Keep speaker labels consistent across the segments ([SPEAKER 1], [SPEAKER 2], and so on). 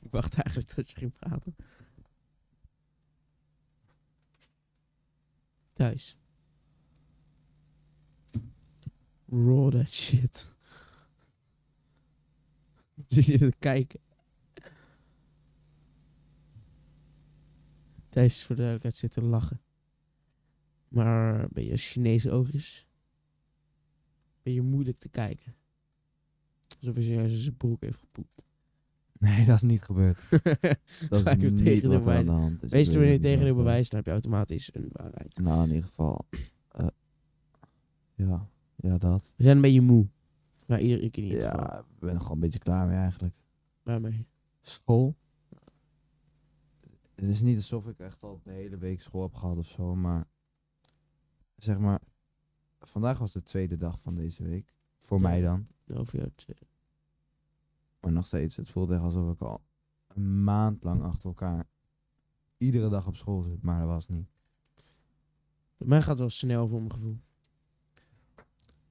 [SPEAKER 1] Ik wacht eigenlijk tot je ging praten. Thuis. Raw that shit. Zit je te kijken? Thijs is voor de duidelijkheid zit te lachen. Maar ben je Chinese oogjes? Ben je moeilijk te kijken? Alsof hij juist in zijn broek heeft gepoept.
[SPEAKER 2] Nee, dat is niet gebeurd. Dat
[SPEAKER 1] Ga
[SPEAKER 2] is
[SPEAKER 1] ik hem
[SPEAKER 2] niet
[SPEAKER 1] tegen
[SPEAKER 2] wat
[SPEAKER 1] de
[SPEAKER 2] er aan
[SPEAKER 1] bewijs.
[SPEAKER 2] de hand is.
[SPEAKER 1] Meestal
[SPEAKER 2] Ik
[SPEAKER 1] wanneer je
[SPEAKER 2] weet
[SPEAKER 1] tegen de
[SPEAKER 2] Dus niet wat er-
[SPEAKER 1] bewijs, dan heb je automatisch een waarheid.
[SPEAKER 2] Nou, in ieder geval. eh, ja. ja, dat.
[SPEAKER 1] We zijn een beetje moe. Maar iedere keer niet. Ja.
[SPEAKER 2] Ja, ik ben er gewoon een beetje klaar mee eigenlijk.
[SPEAKER 1] Waarmee?
[SPEAKER 2] School. Het is niet alsof ik echt al de hele week school heb gehad of zo, maar zeg maar, vandaag was de tweede dag van deze week. Voor
[SPEAKER 1] Ja.
[SPEAKER 2] mij dan.
[SPEAKER 1] Over jou te
[SPEAKER 2] Maar nog steeds, het voelt echt alsof ik al een maand lang achter elkaar iedere dag op school zit, maar dat was niet.
[SPEAKER 1] Bij mij gaat het wel snel voor mijn gevoel.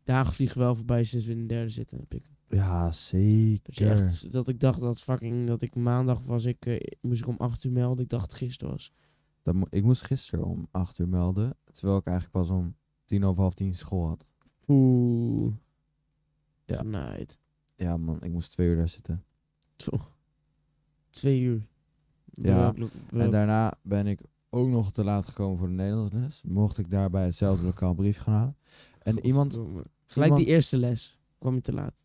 [SPEAKER 1] Dagen vliegen wel voorbij sinds we in de derde zitten. Heb ik.
[SPEAKER 2] Ja,
[SPEAKER 1] Dus
[SPEAKER 2] zeker.
[SPEAKER 1] echt, dat ik dacht dat fucking, dat ik maandag was, ik, eh, moest ik om 8 uur melden. Ik dacht het gisteren was.
[SPEAKER 2] Dat mo- ik moest gisteren om 8 uur melden, terwijl ik eigenlijk pas om tien over half tien school had.
[SPEAKER 1] Oeh.
[SPEAKER 2] Ja.
[SPEAKER 1] Ja. Night.
[SPEAKER 2] Ja man, ik moest twee uur daar zitten.
[SPEAKER 1] Twee uur.
[SPEAKER 2] Ja,
[SPEAKER 1] Welk lo-
[SPEAKER 2] En
[SPEAKER 1] welk-
[SPEAKER 2] daarna ben ik ook nog te laat gekomen voor de Nederlandsles. Mocht ik daar bij hetzelfde lokaal brief gaan halen. En iemand...
[SPEAKER 1] Godverdomme. Gelijk die
[SPEAKER 2] iemand-
[SPEAKER 1] eerste les. Kwam je te laat.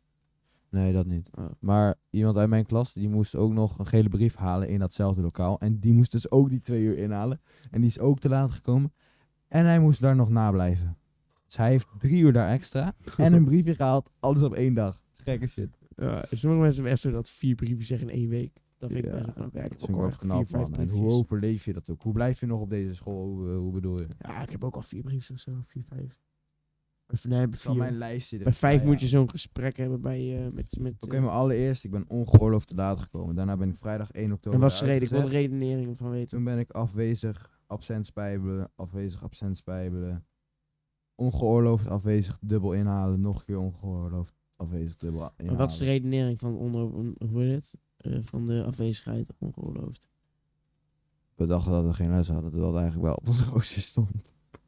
[SPEAKER 2] Nee, dat niet. Eh,
[SPEAKER 1] Oh.
[SPEAKER 2] Maar iemand uit mijn klas, die moest ook nog een gele brief halen in datzelfde lokaal. En die moest dus ook die twee uur inhalen. En die is ook te laat gekomen. En hij moest daar nog nablijven. Dus hij heeft drie uur daar extra. en een briefje gehaald, alles op één dag. Gekke shit.
[SPEAKER 1] Ja, sommige mensen hebben echt zo dat vier brieven zeggen in één week. Dat vind ik best wel knap. Ja, ik heb
[SPEAKER 2] Dat vind
[SPEAKER 1] ook
[SPEAKER 2] ik
[SPEAKER 1] al
[SPEAKER 2] wel
[SPEAKER 1] echt
[SPEAKER 2] knap,
[SPEAKER 1] vier, vijf
[SPEAKER 2] man. En
[SPEAKER 1] briefjes.
[SPEAKER 2] hoe overleef je dat ook? Hoe blijf je nog op deze school? Hoe, eh, hoe bedoel je?
[SPEAKER 1] Ja, ik heb ook al vier briefjes of zo, vier, vijf. Of nee, bij,
[SPEAKER 2] Van
[SPEAKER 1] vier.
[SPEAKER 2] mijn lijstje.
[SPEAKER 1] bij vijf moet je zo'n gesprek hebben bij, eh, met... met
[SPEAKER 2] Oké,
[SPEAKER 1] eh,
[SPEAKER 2] maar allereerst, ik ben ongeoorloofd te laat gekomen. Daarna ben ik vrijdag 1 oktober
[SPEAKER 1] en wat is de reden? Ik wil de
[SPEAKER 2] uitgezet.
[SPEAKER 1] redenering van weten.
[SPEAKER 2] Toen ben ik afwezig, absent spijbelen, afwezig, absent spijbelen. Ongeoorloofd afwezig, dubbel inhalen. Nog een keer ongeoorloofd afwezig, dubbel inhalen.
[SPEAKER 1] Maar wat is de redenering van onder... Hoe heet het? Eh, van de afwezigheid ongeoorloofd.
[SPEAKER 2] We dachten dat we geen les hadden, terwijl het eigenlijk wel op ons rooster stond.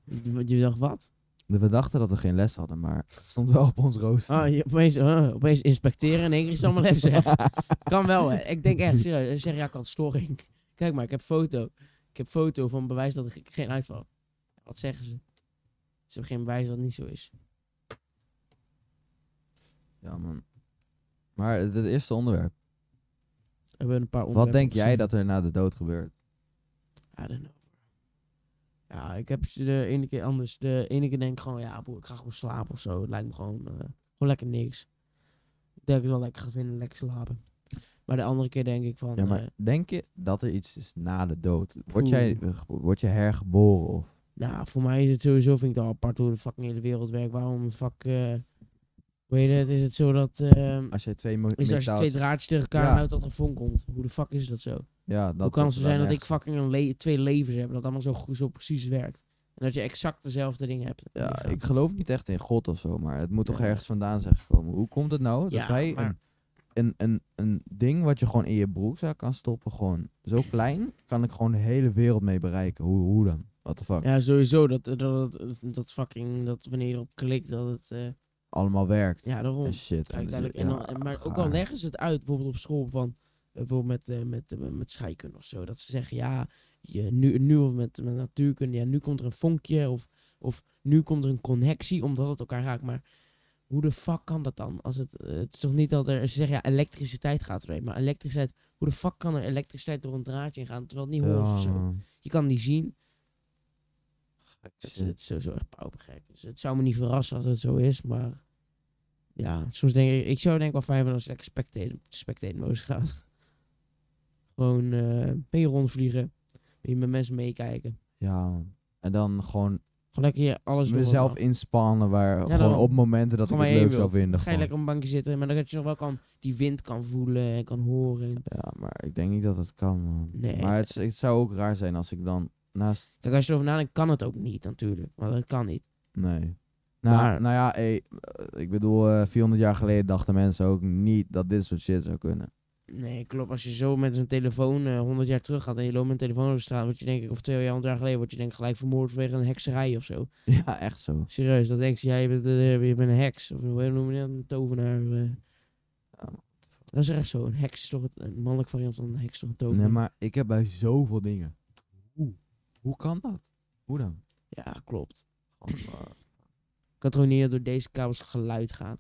[SPEAKER 1] Je, wat- je dacht wat?
[SPEAKER 2] We dachten dat we geen les hadden, maar het stond wel op ons rooster.
[SPEAKER 1] Ah, je, opeens, huh, opeens inspecteren en in één keer is het allemaal les weg. kan wel, hè. Ik denk echt serieus. En ze zeggen, ja, ik had storing. Kijk maar, ik heb foto. Ik heb foto van bewijs dat ik geen uitval. Wat zeggen ze? Ze hebben geen bewijs dat het niet zo is.
[SPEAKER 2] Ja, man. Maar het het eerste onderwerp.
[SPEAKER 1] We hebben een paar
[SPEAKER 2] Wat
[SPEAKER 1] onderwerpen
[SPEAKER 2] denk jij
[SPEAKER 1] opgeschreven.
[SPEAKER 2] dat er na de dood gebeurt?
[SPEAKER 1] I don't know. Ja, ik heb ze de ene keer anders. De ene keer denk ik gewoon, ja, boer, ik ga gewoon slapen of zo. Het lijkt me gewoon, eh, gewoon lekker niks. Ik denk dat ik het wel lekker ga vinden, lekker slapen. Maar de andere keer denk ik van,
[SPEAKER 2] Ja, maar
[SPEAKER 1] eh,
[SPEAKER 2] denk je dat er iets is na de dood? Word,
[SPEAKER 1] Oeh.
[SPEAKER 2] jij, eh, ge- word je hergeboren? Of?
[SPEAKER 1] nou, voor mij is het sowieso, vind ik het al apart hoe de fucking hele wereld werkt. Waarom, fuck, eh hoe heet het, is het zo dat, eh,
[SPEAKER 2] Als jij twee mo-
[SPEAKER 1] is als je
[SPEAKER 2] metaals-
[SPEAKER 1] twee draadjes tegen elkaar
[SPEAKER 2] Ja.
[SPEAKER 1] houdt dat er vonk komt? Hoe de fuck is dat zo?
[SPEAKER 2] Ja, dat
[SPEAKER 1] Hoe kan het zo
[SPEAKER 2] dan
[SPEAKER 1] zijn dat ik
[SPEAKER 2] echt-
[SPEAKER 1] fucking een le- twee levens heb, dat allemaal zo, goed- zo precies werkt? En dat je exact dezelfde dingen hebt. in je
[SPEAKER 2] Ja,
[SPEAKER 1] lichaam.
[SPEAKER 2] ik geloof niet echt in God of zo, maar het moet toch
[SPEAKER 1] Ja.
[SPEAKER 2] ergens vandaan zijn gekomen. Hoe komt het nou
[SPEAKER 1] Ja,
[SPEAKER 2] dat wij
[SPEAKER 1] maar-
[SPEAKER 2] een, een, een, een ding wat je gewoon in je broekzak kan stoppen, gewoon zo klein, kan ik gewoon de hele wereld mee bereiken? Hoe, hoe dan? What the fuck?
[SPEAKER 1] Ja, sowieso. Dat, dat, dat, dat fucking, dat wanneer je erop klikt, dat het... eh,
[SPEAKER 2] Allemaal werkt.
[SPEAKER 1] ja, daarom.
[SPEAKER 2] en
[SPEAKER 1] Kijk,
[SPEAKER 2] shit. dat je-
[SPEAKER 1] duidelijk. En dan,
[SPEAKER 2] ja,
[SPEAKER 1] en- maar ook
[SPEAKER 2] gaar.
[SPEAKER 1] al leggen ze het uit, bijvoorbeeld op school, van, eh, bijvoorbeeld met, eh, met, eh, met scheikunde of zo. Dat ze zeggen, ja, je, nu, nu of met, met natuurkunde, ja, nu komt er een vonkje of, of nu komt er een connectie omdat het elkaar raakt. Maar hoe de fuck kan dat dan? Als het, eh, het is toch niet dat er, ze zeggen, ja, elektriciteit gaat erheen. Maar elektriciteit, hoe de fuck kan er elektriciteit door een draadje in gaan, terwijl het niet hoort of
[SPEAKER 2] Ja,
[SPEAKER 1] zo?
[SPEAKER 2] man.
[SPEAKER 1] Je kan het niet zien. Het is,
[SPEAKER 2] Shit.
[SPEAKER 1] het is sowieso echt paupergek. Dus het zou me niet verrassen als het zo is, maar... Ja, soms denk ik... Ik zou denk ik wel fijn vinden als ik lekker spectator, spectator mode ga. Gewoon eh mee rondvliegen. Mee met mensen meekijken.
[SPEAKER 2] Ja, man. En dan gewoon
[SPEAKER 1] Gewoon lekker je alles doen.
[SPEAKER 2] mezelf inspannen waar gewoon
[SPEAKER 1] daarom.
[SPEAKER 2] op momenten dat ik
[SPEAKER 1] Gewoon
[SPEAKER 2] het
[SPEAKER 1] waar je
[SPEAKER 2] leuk
[SPEAKER 1] heen
[SPEAKER 2] zou
[SPEAKER 1] wilt.
[SPEAKER 2] vinden.
[SPEAKER 1] Ga je
[SPEAKER 2] gewoon.
[SPEAKER 1] lekker op een bankje zitten, maar dan dat je nog wel kan, die wind kan voelen en kan horen.
[SPEAKER 2] Ja, maar ik denk niet dat het kan. man.
[SPEAKER 1] Nee,
[SPEAKER 2] maar
[SPEAKER 1] het-
[SPEAKER 2] het, het zou ook raar zijn als ik dan naast
[SPEAKER 1] Kijk, als je erover nadenkt, kan het ook niet natuurlijk. Want dat kan niet.
[SPEAKER 2] Nee. Nou,
[SPEAKER 1] Maar-
[SPEAKER 2] nou ja, hey, eh, ik bedoel, eh, 400 jaar geleden dachten mensen ook niet dat dit soort shit zou kunnen.
[SPEAKER 1] Nee, klopt. Als je zo met zo'n telefoon eh 100 jaar terug gaat en je loopt met een telefoon over de straat, word je denk ik, of 200 jaar geleden, word je denk ik gelijk vermoord vanwege een hekserij of zo.
[SPEAKER 2] Ja, echt zo.
[SPEAKER 1] Serieus, dat denk je, jij bent, eh, je bent een heks. Of hoe noem je dat? Een tovenaar. eh. Dat is echt zo. Een heks is toch het, een mannelijk variant van een heks is toch een tovenaar.
[SPEAKER 2] Nee, maar ik heb bij zoveel dingen. Hoe? Hoe kan dat? Hoe dan?
[SPEAKER 1] Ja, klopt.
[SPEAKER 2] Gewoon, eh,
[SPEAKER 1] Ik had gewoon niet dat door deze kabels geluid gaat.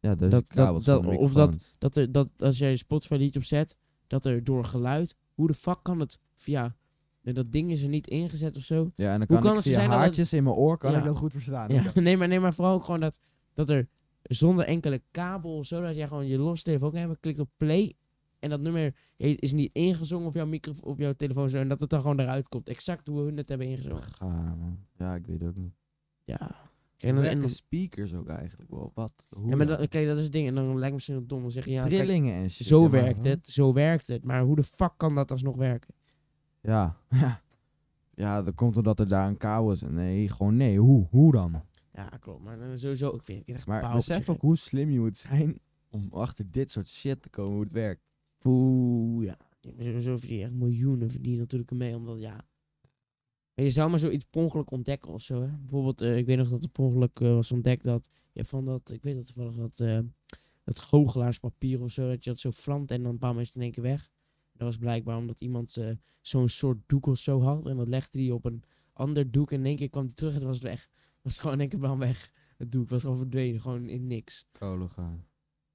[SPEAKER 2] ja, dus
[SPEAKER 1] Dat-
[SPEAKER 2] dat, kabels
[SPEAKER 1] dat-
[SPEAKER 2] van de
[SPEAKER 1] dat- of
[SPEAKER 2] microfoons.
[SPEAKER 1] Dat, er, dat als jij een Spotify liedje opzet, dat er door geluid... Hoe de fuck kan het via... Dat ding is er niet ingezet of zo.
[SPEAKER 2] Ja, en dan
[SPEAKER 1] Hoe
[SPEAKER 2] kan,
[SPEAKER 1] kan
[SPEAKER 2] ik
[SPEAKER 1] het zo
[SPEAKER 2] via
[SPEAKER 1] zijn dat het-
[SPEAKER 2] haartjes in mijn oor kan
[SPEAKER 1] Ja.
[SPEAKER 2] ik dat goed verstaan.
[SPEAKER 1] Ja, nee, maar, nee, maar vooral ook gewoon dat, dat er zonder enkele kabel, zodat jij gewoon je losse telefoon kan hebben, klikt op play. En dat nummer he- is niet ingezongen op jouw, microf- op jouw telefoon, zo, en dat het dan gewoon eruit komt. Exact hoe hun het hebben ingezongen.
[SPEAKER 2] Gaar, man. Ja, ik weet het ook niet.
[SPEAKER 1] Ja. Kijk, en dan, en
[SPEAKER 2] Werken
[SPEAKER 1] dan-
[SPEAKER 2] speakers ook eigenlijk wel. Wat? Hoe
[SPEAKER 1] ja, maar
[SPEAKER 2] dan?
[SPEAKER 1] dan- kijk, dat is het ding. En dan lijkt het misschien wat dom. Dan zeg je, ja, kijk,
[SPEAKER 2] Trillingen en shit. ja,
[SPEAKER 1] zo
[SPEAKER 2] maar-
[SPEAKER 1] werkt het, zo werkt het. Maar hoe de fuck kan dat alsnog werken?
[SPEAKER 2] Ja. ja. Ja, dat komt omdat er daar een kabel is. Nee, gewoon nee. Hoe? Hoe dan?
[SPEAKER 1] Ja, klopt. Maar eh, sowieso, ik vind het echt
[SPEAKER 2] Maar
[SPEAKER 1] paupertje
[SPEAKER 2] besef
[SPEAKER 1] gek.
[SPEAKER 2] ook hoe slim je moet zijn om achter dit soort shit te komen hoe het werkt.
[SPEAKER 1] Poeh, ja. Zo, zo verdien je echt miljoenen verdienen natuurlijk ermee, omdat ja... Maar je zou maar zoiets per ongeluk ontdekken of zo, hè. Bijvoorbeeld, eh, ik weet nog dat er per ongeluk eh, was ontdekt dat... Je hebt van dat, ik weet dat toevallig, dat... eh het goochelaarspapier of zo, dat je dat zo vlamt en dan bam, is het in één keer weg. Dat was blijkbaar omdat iemand eh, zo'n soort doek of zo had. En dat legde hij op een ander doek en in één keer kwam hij terug en toen was het weg. Was het gewoon in één keer bam weg. Het doek was gewoon verdwenen, gewoon in niks.
[SPEAKER 2] Kolen gaan.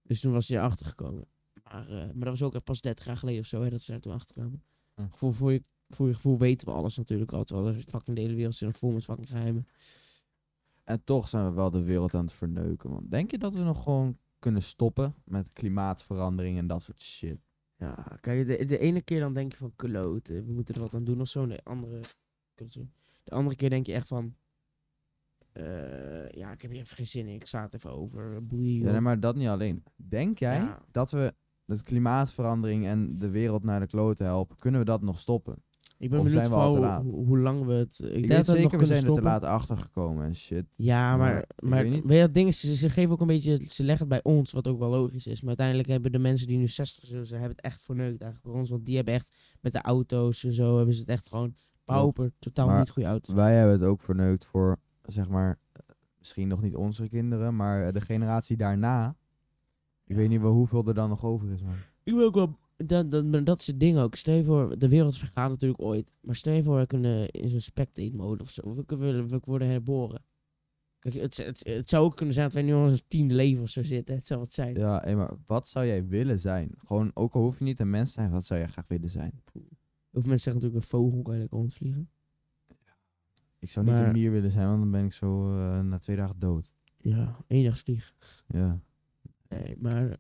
[SPEAKER 1] Dus toen was hij erachter gekomen. Maar, eh, maar dat was ook echt pas 30 jaar geleden of zo, hè, dat ze daar toen achter kwamen.
[SPEAKER 2] Hm.
[SPEAKER 1] Voor, voor, je, voor je gevoel weten we alles natuurlijk al. Terwijl er fucking de hele wereld zit nog vol met fucking geheimen.
[SPEAKER 2] En toch zijn we wel de wereld aan het verneuken. Man. Denk je dat we nog gewoon kunnen stoppen met klimaatverandering en dat soort shit?
[SPEAKER 1] Ja, kijk, de, de ene keer dan denk je van kloot, eh, we moeten er wat aan doen of zo. En de andere, kut, sorry. de andere keer denk je echt van, eh, ja, ik heb hier even geen zin in, ik sla het even over, boeien.
[SPEAKER 2] Ja,
[SPEAKER 1] joh.
[SPEAKER 2] nee, maar dat niet alleen. Denk jij
[SPEAKER 1] Ja.
[SPEAKER 2] dat we de klimaatverandering en de wereld naar de kloten helpen? Kunnen we dat nog stoppen?
[SPEAKER 1] ik ben
[SPEAKER 2] of
[SPEAKER 1] benieuwd
[SPEAKER 2] zijn we al
[SPEAKER 1] vooral
[SPEAKER 2] te
[SPEAKER 1] hoe-
[SPEAKER 2] laat?
[SPEAKER 1] hoe, hoe lang we het, ik,
[SPEAKER 2] Ik,
[SPEAKER 1] denk dat
[SPEAKER 2] weet
[SPEAKER 1] we het nog
[SPEAKER 2] zeker, we
[SPEAKER 1] kunnen
[SPEAKER 2] zijn er te
[SPEAKER 1] stoppen.
[SPEAKER 2] laat achter gekomen en shit.
[SPEAKER 1] Ja,
[SPEAKER 2] Maar
[SPEAKER 1] maar,
[SPEAKER 2] ik
[SPEAKER 1] maar
[SPEAKER 2] weet
[SPEAKER 1] weet
[SPEAKER 2] niet.
[SPEAKER 1] je, dat ding is, ze, ze geven ook een beetje, ze leggen het bij ons, wat ook wel logisch is. Maar uiteindelijk hebben de mensen die nu 60 zijn, ze hebben het echt verneukt eigenlijk voor ons. Want die hebben echt met de auto's en zo, hebben ze het echt gewoon pauper, totaal
[SPEAKER 2] Maar-
[SPEAKER 1] niet goede auto's.
[SPEAKER 2] Wij hebben het ook verneukt voor, zeg maar, eh, misschien nog niet onze kinderen, maar eh, de generatie daarna. Ik weet niet wel hoeveel er dan nog over is, man.
[SPEAKER 1] Ik wil ook wel... Dat, dat, maar dat is het ding ook. Stel je voor, de wereld vergaat natuurlijk ooit. Maar stel je voor, we kunnen in zo'n spectate mode of zo. We, kunnen, we worden herboren. Kijk, het, het, het zou ook kunnen zijn dat wij nu al in ons tiende leven of zo zitten. Het zou wat zijn.
[SPEAKER 2] Ja, hé, maar wat zou jij willen zijn? Gewoon, ook al hoef je niet een mens te zijn, wat zou jij graag willen zijn?
[SPEAKER 1] Of mensen zeggen natuurlijk, een vogel kan je lekker rondvliegen.
[SPEAKER 2] Ik zou niet
[SPEAKER 1] Maar-
[SPEAKER 2] een mier willen zijn, want dan ben ik zo eh, na twee dagen dood.
[SPEAKER 1] Ja, eendagsvlieg.
[SPEAKER 2] Ja.
[SPEAKER 1] Nee, maar.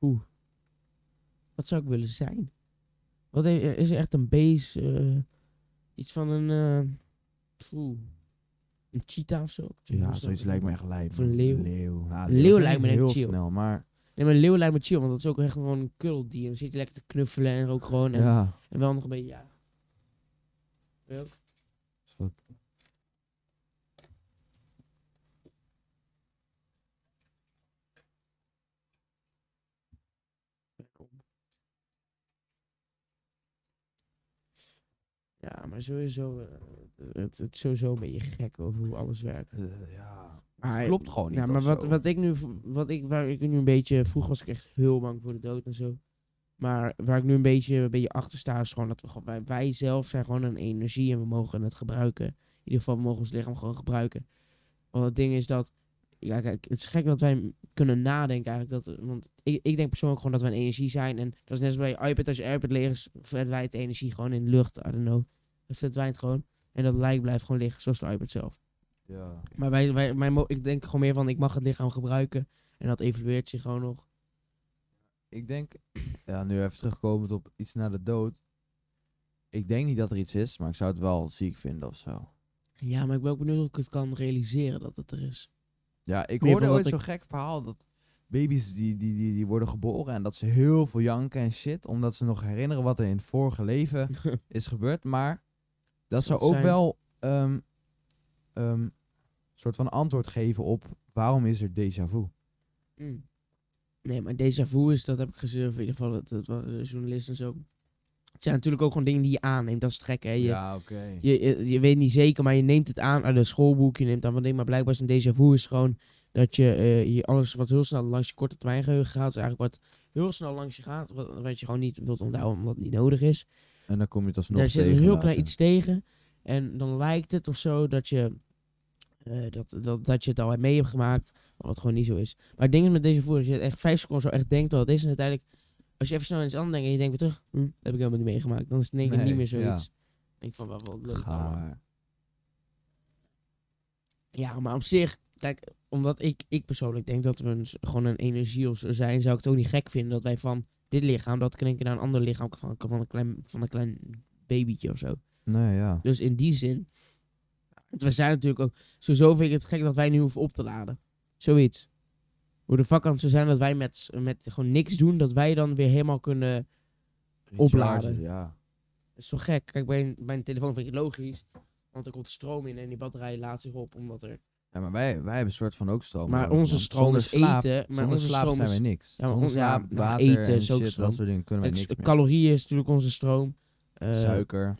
[SPEAKER 1] Oeh. Wat zou ik willen zijn? Wat he- is er echt een base? eh, iets van een. eh, oeh, een cheetah of zo?
[SPEAKER 2] Ja, zoiets lijkt me echt lijp.
[SPEAKER 1] Of een
[SPEAKER 2] man.
[SPEAKER 1] leeuw.
[SPEAKER 2] Leeuw, Ja,
[SPEAKER 1] Leeuw
[SPEAKER 2] zijn
[SPEAKER 1] lijkt me
[SPEAKER 2] heel
[SPEAKER 1] echt chill.
[SPEAKER 2] snel, maar...
[SPEAKER 1] Nee, maar een leeuw lijkt me chill, want dat is ook echt gewoon een kuddel En Dan zit je lekker te knuffelen en ook gewoon. En,
[SPEAKER 2] Ja.
[SPEAKER 1] en wel nog een beetje. Ja. Wil je ook?
[SPEAKER 2] is goed.
[SPEAKER 1] Ja, maar sowieso. eh, het, het is sowieso een beetje gek over hoe alles werkt.
[SPEAKER 2] Eh, ja.
[SPEAKER 1] Maar-
[SPEAKER 2] Klopt gewoon niet.
[SPEAKER 1] Ja, maar
[SPEAKER 2] of
[SPEAKER 1] wat,
[SPEAKER 2] zo.
[SPEAKER 1] wat ik nu, v- wat ik, waar ik nu een beetje, vroeger was ik echt heel bang voor de dood en zo. Maar waar ik nu een beetje, een beetje achter sta, is gewoon dat we gewoon, wij, wij zelf zijn gewoon een energie en we mogen het gebruiken. In ieder geval, we mogen ons lichaam gewoon gebruiken. Want het ding is dat, ja kijk, het is gek dat wij m- kunnen nadenken eigenlijk. Dat, want ik, ik denk persoonlijk gewoon dat wij een energie zijn. En dat is net zoals bij je iPad, als je iPad leeg is, verdwijnt de energie gewoon in de lucht. I don't know. Het verdwijnt gewoon. En dat lijk blijft gewoon liggen, zoals de iPad zelf.
[SPEAKER 2] Ja.
[SPEAKER 1] Maar wij, wij, mijn mo- ik denk gewoon meer van, ik mag het lichaam gebruiken. En dat evolueert zich gewoon nog.
[SPEAKER 2] Ik denk, ja, nu even terugkomend op iets naar de dood. Ik denk niet dat er iets is, maar ik zou het wel ziek vinden of zo.
[SPEAKER 1] Ja, maar ik ben ook benieuwd of ik het kan realiseren dat het er is.
[SPEAKER 2] Ja, ik
[SPEAKER 1] Meer
[SPEAKER 2] hoorde
[SPEAKER 1] van
[SPEAKER 2] ooit
[SPEAKER 1] dat
[SPEAKER 2] zo'n gek verhaal dat baby's die, die, die, die worden geboren en dat ze heel veel janken en shit, omdat ze nog herinneren wat er in het vorige leven is gebeurd. Maar dat zou
[SPEAKER 1] Zou
[SPEAKER 2] ook
[SPEAKER 1] het zijn?
[SPEAKER 2] wel ehm ehm, soort van antwoord geven op waarom is er déjà vu.
[SPEAKER 1] Mm. Nee, maar déjà vu is, dat heb ik gesurfd. In ieder geval, dat, dat waren de journalisten en zo. Het zijn natuurlijk ook gewoon dingen die je aanneemt. Dat is trek, hè. Je,
[SPEAKER 2] ja, oké.
[SPEAKER 1] je, je, je weet niet zeker, maar je neemt het aan uit een schoolboek. Je neemt aan van dingen, maar blijkbaar is een déjà vu is gewoon dat je, eh, je alles wat heel snel langs je korte termijn geheugen gaat, is eigenlijk wat heel snel langs je gaat, wat, wat je gewoon niet wilt onthouden omdat het niet nodig is.
[SPEAKER 2] En dan kom je het alsnog
[SPEAKER 1] Daar zit
[SPEAKER 2] tegen
[SPEAKER 1] een heel
[SPEAKER 2] later.
[SPEAKER 1] klein iets tegen. En dan lijkt het of zo dat je, eh, dat, dat, dat je het al mee hebt gemaakt. Wat gewoon niet zo is. Maar het ding is met deze voer, als je het echt vijf seconden zo echt denkt dat het is. En uiteindelijk, als je even snel aan iets anders denkt en je denkt weer terug. Hm, dat heb ik helemaal niet meegemaakt. Dan is het in één keer
[SPEAKER 2] Nee,
[SPEAKER 1] niet meer
[SPEAKER 2] ja.
[SPEAKER 1] zoiets. Ik denk van, wat, wat leuk allemaal.
[SPEAKER 2] Gaar.
[SPEAKER 1] Ja, maar op zich, kijk, omdat ik, ik persoonlijk denk dat we een, s- gewoon een energie of zo zijn, zou ik het ook niet gek vinden dat wij van dit lichaam, dat ik in één keer naar een ander lichaam kan, van, van, een klein, van een klein babytje of zo.
[SPEAKER 2] Nee, ja.
[SPEAKER 1] Dus in die zin. want We zijn natuurlijk ook. Sowieso vind ik het gek dat wij nu hoeven op te laden. Zoiets. Hoe de fuck kan het zo zijn dat wij met, s- met gewoon niks doen. Dat wij dan weer helemaal kunnen. Opladen.
[SPEAKER 2] Ja.
[SPEAKER 1] Dat is zo gek. Kijk, bij een, bij een telefoon vind ik het logisch. Want er komt stroom in en die batterij laat zich op. Omdat er...
[SPEAKER 2] ja, maar wij, wij hebben een soort van ook stroom.
[SPEAKER 1] Maar
[SPEAKER 2] nodig,
[SPEAKER 1] onze
[SPEAKER 2] Oh, man.
[SPEAKER 1] stroom
[SPEAKER 2] Zonder
[SPEAKER 1] is
[SPEAKER 2] slaap-
[SPEAKER 1] eten. Maar
[SPEAKER 2] Zonder
[SPEAKER 1] onze
[SPEAKER 2] slaap
[SPEAKER 1] stroom
[SPEAKER 2] zijn
[SPEAKER 1] is.
[SPEAKER 2] wij niks.
[SPEAKER 1] Ja, maar
[SPEAKER 2] Zonder
[SPEAKER 1] on- ja,
[SPEAKER 2] slaap,
[SPEAKER 1] nou,
[SPEAKER 2] water
[SPEAKER 1] eten
[SPEAKER 2] eten,
[SPEAKER 1] is ook
[SPEAKER 2] shit,
[SPEAKER 1] stroom.
[SPEAKER 2] dat soort dingen kunnen wij niks
[SPEAKER 1] Ex-
[SPEAKER 2] meer.
[SPEAKER 1] Calorieën is natuurlijk onze stroom. Eh,
[SPEAKER 2] Suiker.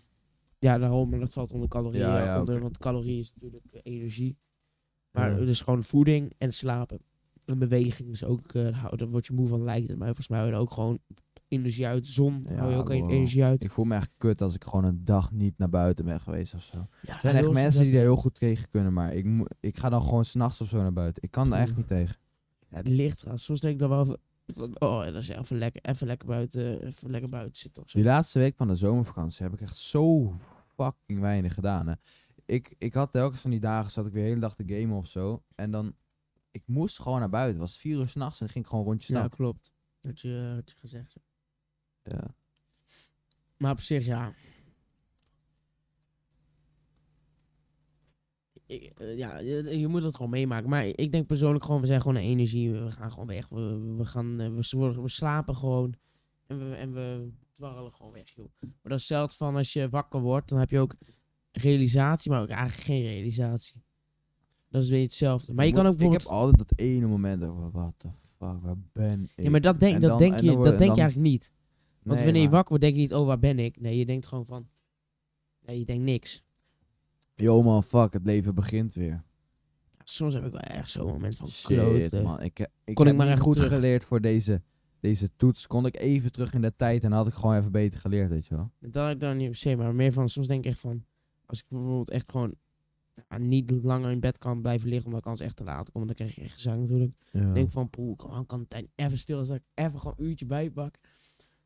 [SPEAKER 1] Ja, daarom. En dat valt onder calorieën.
[SPEAKER 2] Ja, ja,
[SPEAKER 1] onder,
[SPEAKER 2] oké.
[SPEAKER 1] Want calorieën is natuurlijk eh, energie. Maar
[SPEAKER 2] Ja.
[SPEAKER 1] het dus gewoon voeding en slapen. En beweging is ook, eh, hou- daar word je moe van lijkt het. Maar volgens mij hou je er ook gewoon energie uit. Zon
[SPEAKER 2] Ja,
[SPEAKER 1] hou je ook e-
[SPEAKER 2] bro.
[SPEAKER 1] energie uit.
[SPEAKER 2] Ik voel me echt kut als ik gewoon een dag niet naar buiten ben geweest of zo.
[SPEAKER 1] Ja,
[SPEAKER 2] Er zijn echt mensen die daar heel goed tegen kunnen, maar ik, moet- ik ga dan gewoon s'nachts of zo naar buiten. Ik kan daar echt niet tegen.
[SPEAKER 1] Ja, het ligt eraan. Soms denk ik dan wel van, oh, dat is even lekker, even lekker buiten, even lekker buiten zitten of zo.
[SPEAKER 2] Die laatste week van de zomervakantie heb ik echt zo fucking weinig gedaan. Hè. Ik, ik had telkens van die dagen, zat ik weer de hele dag te gamen of zo. En dan, ik moest gewoon naar buiten. Het was vier uur s'nachts en dan ging ik gewoon rondjes
[SPEAKER 1] Ja,
[SPEAKER 2] naar
[SPEAKER 1] klopt. Wat je, wat je gezegd hebt.
[SPEAKER 2] ja.
[SPEAKER 1] Maar op zich, ja. Ik, eh, ja, je, je moet dat gewoon meemaken. Maar ik denk persoonlijk gewoon, we zijn gewoon een energie. We gaan gewoon weg. We, we- we, gaan, eh, we, s- worden- we slapen gewoon. En we, en we dwarrelen gewoon weg, joh. Maar dat is hetzelfde van als je wakker wordt, dan heb je ook realisatie, maar ook eigenlijk geen realisatie. Dat is weer hetzelfde. Maar je kan ook
[SPEAKER 2] Ik
[SPEAKER 1] bijvoorbeeld...
[SPEAKER 2] heb altijd dat ene moment, over wat de fuck, waar ben ik?
[SPEAKER 1] Ja, maar dat denk,
[SPEAKER 2] En
[SPEAKER 1] dat
[SPEAKER 2] dan-
[SPEAKER 1] denk,
[SPEAKER 2] en
[SPEAKER 1] je,
[SPEAKER 2] dan
[SPEAKER 1] dat
[SPEAKER 2] word-
[SPEAKER 1] denk
[SPEAKER 2] en
[SPEAKER 1] je
[SPEAKER 2] dan-
[SPEAKER 1] eigenlijk niet. Want
[SPEAKER 2] Nee,
[SPEAKER 1] wanneer je
[SPEAKER 2] maar-
[SPEAKER 1] wakker wordt, denk je niet, oh, waar ben ik? Nee, je denkt gewoon van... Nee, je denkt niks.
[SPEAKER 2] Yo man, fuck, het leven begint weer.
[SPEAKER 1] Soms heb ik wel echt zo'n moment van
[SPEAKER 2] Shit,
[SPEAKER 1] kloten.
[SPEAKER 2] man. Ik, he- ik
[SPEAKER 1] Kon ik
[SPEAKER 2] heb
[SPEAKER 1] maar
[SPEAKER 2] niet
[SPEAKER 1] even
[SPEAKER 2] goed
[SPEAKER 1] terug.
[SPEAKER 2] geleerd voor deze, deze toets. Kon ik even terug in de tijd en had ik gewoon even beter geleerd, weet je wel.
[SPEAKER 1] Dat heb ik dan niet per se, maar meer van soms denk ik echt van... Als ik bijvoorbeeld echt gewoon ja, niet langer in bed kan blijven liggen, omdat ik anders echt te laat kom, dan krijg je echt gezang natuurlijk.
[SPEAKER 2] Ja.
[SPEAKER 1] Dan denk ik van, poeh, kom aan, kan tijd even stil, dat ik even gewoon een uurtje bijpak.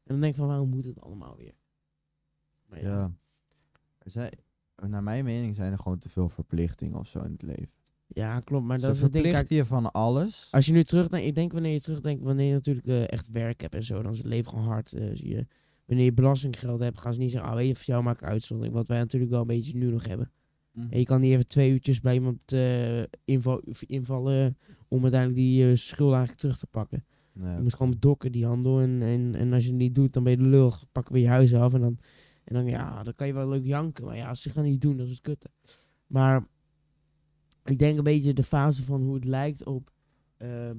[SPEAKER 1] En dan denk ik van, waarom moet het allemaal weer? Maar ja, ja.
[SPEAKER 2] ja. Er zijn, naar mijn mening zijn er gewoon te veel verplichtingen of zo in het leven.
[SPEAKER 1] klopt, maar
[SPEAKER 2] Maar
[SPEAKER 1] dat
[SPEAKER 2] dat
[SPEAKER 1] is het ding.
[SPEAKER 2] verplicht
[SPEAKER 1] Kijk,
[SPEAKER 2] je van alles.
[SPEAKER 1] Als je nu terugdenkt, ik denk wanneer je terugdenkt, wanneer je natuurlijk eh, echt werk hebt en zo, dan is het leven gewoon hard. eh, zie je. Wanneer je belastinggeld hebt, gaan ze niet zeggen, ah weet je, voor jou maak ik een uitzondering. Wat wij natuurlijk wel een beetje nu nog hebben. En
[SPEAKER 2] Mhm.
[SPEAKER 1] je kan niet even twee uurtjes bij iemand eh, inval, of invallen om uiteindelijk die eh, schuld eigenlijk terug te pakken.
[SPEAKER 2] Nee,
[SPEAKER 1] Je moet gewoon bedokken die handel en, en, en als je het niet doet, dan ben je de lul, pakken we je huis af en dan, en dan, ja, dan kan je wel leuk janken. Maar ja, als ze gaan niet doen, dat is het kutte. Maar ik denk een beetje de fase van hoe het lijkt op ehm,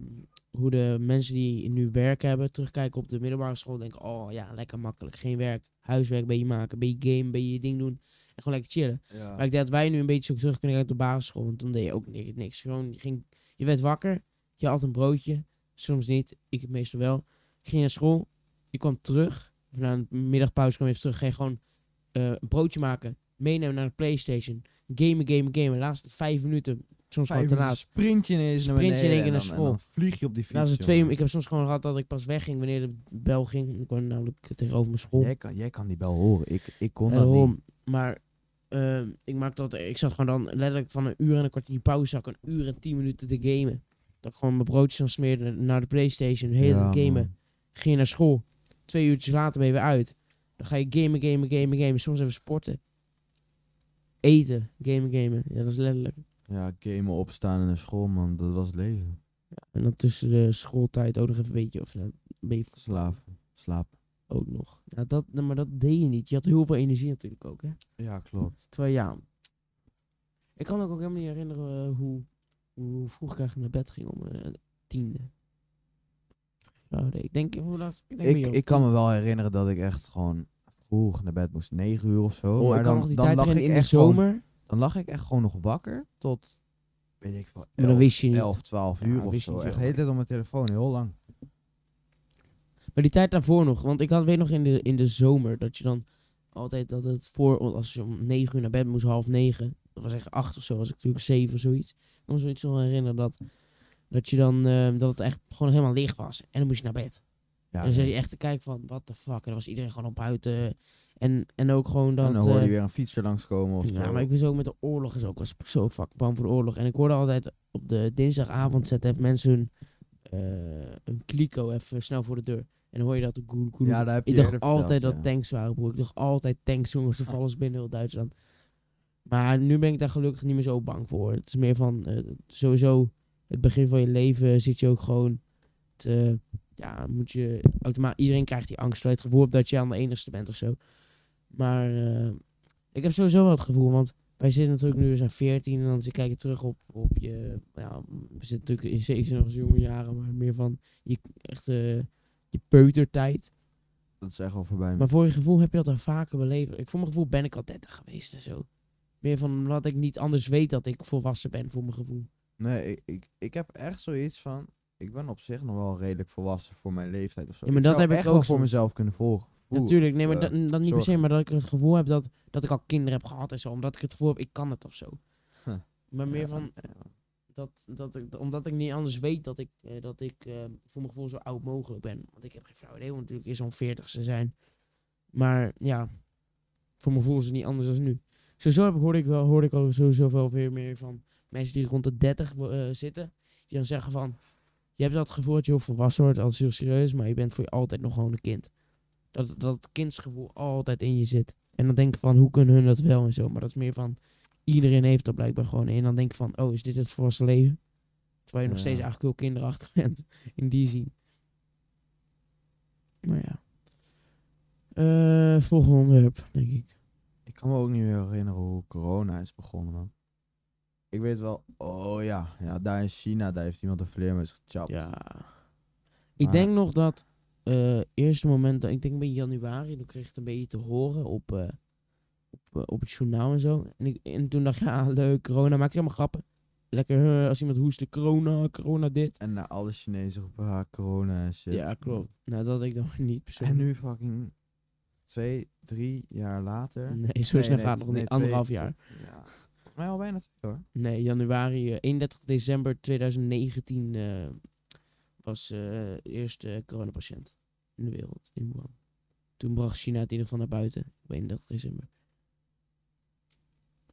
[SPEAKER 1] hoe de mensen die nu werk hebben, terugkijken op de middelbare school. Denken, oh ja, lekker makkelijk, geen werk, huiswerk ben je maken, ben je game, ben je je ding doen en gewoon lekker chillen.
[SPEAKER 2] ja.
[SPEAKER 1] Maar ik denk dat wij nu een beetje zo terug kunnen uit de basisschool. Want toen deed je ook ni- niks. Gewoon, je, ging, je werd wakker. Je had een broodje. Soms niet. Ik meestal wel. Je ging naar school. Je kwam terug. Of Na een middagpauze kwam je even terug. Ging je gewoon eh, een broodje maken. Meenemen naar de Playstation. Gamen, gamen, gamen. Laatste vijf minuten. Soms
[SPEAKER 2] Vijf
[SPEAKER 1] gewoon te
[SPEAKER 2] minuten
[SPEAKER 1] laat.
[SPEAKER 2] sprint je ineens naar
[SPEAKER 1] Sprint je in
[SPEAKER 2] beneden
[SPEAKER 1] één keer naar
[SPEAKER 2] en dan- en
[SPEAKER 1] school.
[SPEAKER 2] dan vlieg je op die fiets.
[SPEAKER 1] Laatste twee,
[SPEAKER 2] jongen.
[SPEAKER 1] ik heb soms gewoon gehad dat ik pas wegging wanneer de bel ging. Ik kwam namelijk tegenover mijn school.
[SPEAKER 2] jij, kan, jij kan die bel horen. Ik, ik kon
[SPEAKER 1] En
[SPEAKER 2] dat
[SPEAKER 1] daarom.
[SPEAKER 2] niet.
[SPEAKER 1] Maar ehm, ik maak dat. Ik zat gewoon dan letterlijk van een uur en een kwartier pauze. Zat ik een uur en tien minuten te gamen. Dat ik gewoon mijn broodjes dan smeerde naar de PlayStation. De hele
[SPEAKER 2] Ja,
[SPEAKER 1] tijd gamen.
[SPEAKER 2] man.
[SPEAKER 1] Ging je naar school. Twee uurtjes later ben je weer uit. Dan ga je gamen, gamen, gamen, gamen. Soms even sporten. Eten, gamen, gamen. Ja, dat is letterlijk.
[SPEAKER 2] Ja, gamen, opstaan en naar school, man. Dat was het leven.
[SPEAKER 1] En dan tussen de schooltijd ook nog even een beetje. Of nou, een beetje
[SPEAKER 2] Slaven. Slaap.
[SPEAKER 1] ook nog. Ja, dat, nou, maar dat deed je niet. Je had heel veel energie natuurlijk ook, hè?
[SPEAKER 2] Ja, klopt.
[SPEAKER 1] Terwijl ja, ik kan me ook helemaal niet herinneren eh, hoe, hoe vroeg ik eigenlijk naar bed ging om eh, tiende. gehouden. Ik denk, hoe laat? Ik, denk
[SPEAKER 2] Ik,
[SPEAKER 1] meer, joh.
[SPEAKER 2] ik kan me wel herinneren dat ik echt gewoon vroeg naar bed moest. 9 uur of zo.
[SPEAKER 1] Oh,
[SPEAKER 2] maar
[SPEAKER 1] ik kan
[SPEAKER 2] dan,
[SPEAKER 1] nog die
[SPEAKER 2] dan
[SPEAKER 1] tijd
[SPEAKER 2] lag
[SPEAKER 1] erin
[SPEAKER 2] ik
[SPEAKER 1] in de
[SPEAKER 2] echt gewoon-
[SPEAKER 1] zomer.
[SPEAKER 2] dan lag ik echt gewoon nog wakker tot, weet ik wel,
[SPEAKER 1] Maar dan
[SPEAKER 2] 11,
[SPEAKER 1] wist je niet.
[SPEAKER 2] 11 12
[SPEAKER 1] Ja,
[SPEAKER 2] uur
[SPEAKER 1] dan
[SPEAKER 2] of
[SPEAKER 1] wist je
[SPEAKER 2] zo.
[SPEAKER 1] niet
[SPEAKER 2] Echt
[SPEAKER 1] zo.
[SPEAKER 2] de hele tijd op mijn telefoon, heel lang.
[SPEAKER 1] Maar die tijd daarvoor nog, want ik had weet nog in de, in de zomer dat je dan altijd dat het voor, want als je om negen uur naar bed moest, half negen, dat was echt acht of zo, was ik natuurlijk zeven of zoiets. Ik kan me zoiets nog herinneren dat, dat je dan, eh, dat het echt gewoon helemaal licht was en dan moest je naar bed.
[SPEAKER 2] Ja,
[SPEAKER 1] en dan zat
[SPEAKER 2] nee.
[SPEAKER 1] je echt te kijken van, what the fuck, en dan was iedereen gewoon op buiten en, en ook gewoon dat...
[SPEAKER 2] en dan hoorde
[SPEAKER 1] eh,
[SPEAKER 2] je weer een fietser langskomen of zo.
[SPEAKER 1] ja, maar ik was ook met de oorlog en zo. Ik was zo fucking bang voor de oorlog. En ik hoorde altijd op de dinsdagavond zetten even mensen hun eh, een kliko even snel voor de deur. En dan hoor je dat de goel goel.
[SPEAKER 2] Ja, daar heb je
[SPEAKER 1] ik dacht
[SPEAKER 2] eerder verteld,
[SPEAKER 1] altijd dat
[SPEAKER 2] ja. Ah.
[SPEAKER 1] tanks waren, broer. Ik dacht altijd tanks, jongens. Ze vallen ze binnen heel Duitsland. Maar nu ben ik daar gelukkig niet meer zo bang voor. Het is meer van, eh, sowieso, het begin van je leven zit je ook gewoon te... Ja, moet je automatisch... Iedereen krijgt die angst. wel Het gevoel hebt dat je aan de enigste bent of zo. Maar eh, ik heb sowieso wel het gevoel, want wij zitten natuurlijk nu, we zijn 14 en dan zit- kijk je terug op, op je... Ja, we zitten natuurlijk in zekere zin nog als jonge jaren, maar meer van je, echt, eh, je peutertijd.
[SPEAKER 2] Dat is echt al voorbij.
[SPEAKER 1] Maar voor je gevoel heb je dat al vaker beleefd. Ik, voor mijn gevoel ben ik al 30 geweest en zo. Meer van omdat ik niet anders weet dat ik volwassen ben, voor mijn gevoel.
[SPEAKER 2] Nee, ik, ik, ik heb echt zoiets van. Ik ben op zich nog wel redelijk volwassen voor mijn leeftijd of zo.
[SPEAKER 1] Ja, maar dat
[SPEAKER 2] zou
[SPEAKER 1] heb ik
[SPEAKER 2] echt
[SPEAKER 1] ook
[SPEAKER 2] wel voor
[SPEAKER 1] soms.
[SPEAKER 2] mezelf kunnen volgen. Oeh,
[SPEAKER 1] Natuurlijk, nee, maar
[SPEAKER 2] eh,
[SPEAKER 1] dat, dat niet per se,
[SPEAKER 2] zorgen.
[SPEAKER 1] maar dat ik het gevoel heb dat, dat ik al kinderen heb gehad en zo. Omdat ik het gevoel heb, ik kan het of zo.
[SPEAKER 2] Huh.
[SPEAKER 1] Maar meer
[SPEAKER 2] ja,
[SPEAKER 1] van,
[SPEAKER 2] ja.
[SPEAKER 1] dat, dat ik, omdat ik niet anders weet dat ik, eh, dat ik eh, voor mijn gevoel zo oud mogelijk ben. Want ik heb geen flauw idee, want natuurlijk is zo'n 40 ze zijn. Maar ja, voor mijn gevoel is het niet anders dan nu. Sowieso heb ik, hoorde ik wel, hoorde ik ook sowieso wel weer meer van mensen die rond de 30 wo- eh, zitten. Die dan zeggen van, je hebt dat gevoel dat je heel volwassen wordt, altijd heel serieus, maar je bent voor je altijd nog gewoon een kind. Dat, dat kindsgevoel altijd in je zit. En dan denk ik van, hoe kunnen hun dat wel en zo. Maar dat is meer van, iedereen heeft dat blijkbaar gewoon. En dan denk je van, oh, is dit het volwassen leven? Terwijl je nog
[SPEAKER 2] Ja.
[SPEAKER 1] steeds eigenlijk heel kinderachtig bent. In die zin. Maar ja. Eh, volgende onderwerp, denk ik.
[SPEAKER 2] Ik kan me ook niet meer herinneren hoe corona is begonnen, man. Ik weet wel, oh ja, ja daar in China, daar heeft iemand een vleermuis gechapt.
[SPEAKER 1] Ja. Ik
[SPEAKER 2] Maar-
[SPEAKER 1] denk nog dat eh eerste moment, dat- ik denk in januari, toen kreeg ik het een beetje te horen op, eh, op, eh, op het journaal en zo. En, ik, en toen dacht ik, ja, leuk, corona, maakt helemaal grappen. Lekker, eh, als iemand hoest, corona, corona dit.
[SPEAKER 2] En naar alle Chinezen roepen, ha, corona en shit.
[SPEAKER 1] Ja, klopt. Nou, dat ik dan niet
[SPEAKER 2] En
[SPEAKER 1] persoonlijk.
[SPEAKER 2] nu fucking twee, drie jaar later.
[SPEAKER 1] Nee, zo snel gaat het nog
[SPEAKER 2] nee,
[SPEAKER 1] niet.
[SPEAKER 2] twee-
[SPEAKER 1] Anderhalf jaar.
[SPEAKER 2] Ja, volgens mij al bijna twee hoor.
[SPEAKER 1] Nee, januari, eh, 31 december 2019 eh, was eh, de eerste coronapatiënt in de wereld, in Wuhan. Toen bracht China het in ieder geval naar buiten, op 31 december.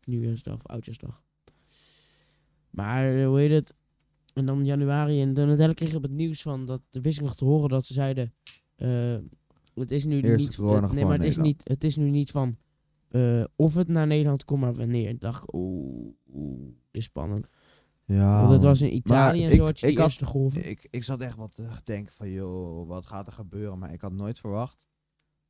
[SPEAKER 1] Nieuwjaarsdag of oudjaarsdag. Maar eh, hoe heet het? En dan januari en dan uiteindelijk kreeg ik op het nieuws van, dat de wist ik nog te horen dat ze zeiden, eh, het is nu
[SPEAKER 2] Eerste
[SPEAKER 1] niet, eh,
[SPEAKER 2] corona
[SPEAKER 1] nee,
[SPEAKER 2] gewoon
[SPEAKER 1] maar het is,
[SPEAKER 2] Nederland.
[SPEAKER 1] niet, het is nu niet van eh, of het naar Nederland komt, maar wanneer. Ik dacht, oeh, oeh, dit is spannend.
[SPEAKER 2] Ja.
[SPEAKER 1] Want het
[SPEAKER 2] Ah, man.
[SPEAKER 1] was in Italië
[SPEAKER 2] Maar
[SPEAKER 1] en zo
[SPEAKER 2] ik-
[SPEAKER 1] had je
[SPEAKER 2] ik
[SPEAKER 1] die
[SPEAKER 2] had-
[SPEAKER 1] eerste golf.
[SPEAKER 2] Ik, ik zat echt wat te denken van, joh, wat gaat er gebeuren? Maar ik had nooit verwacht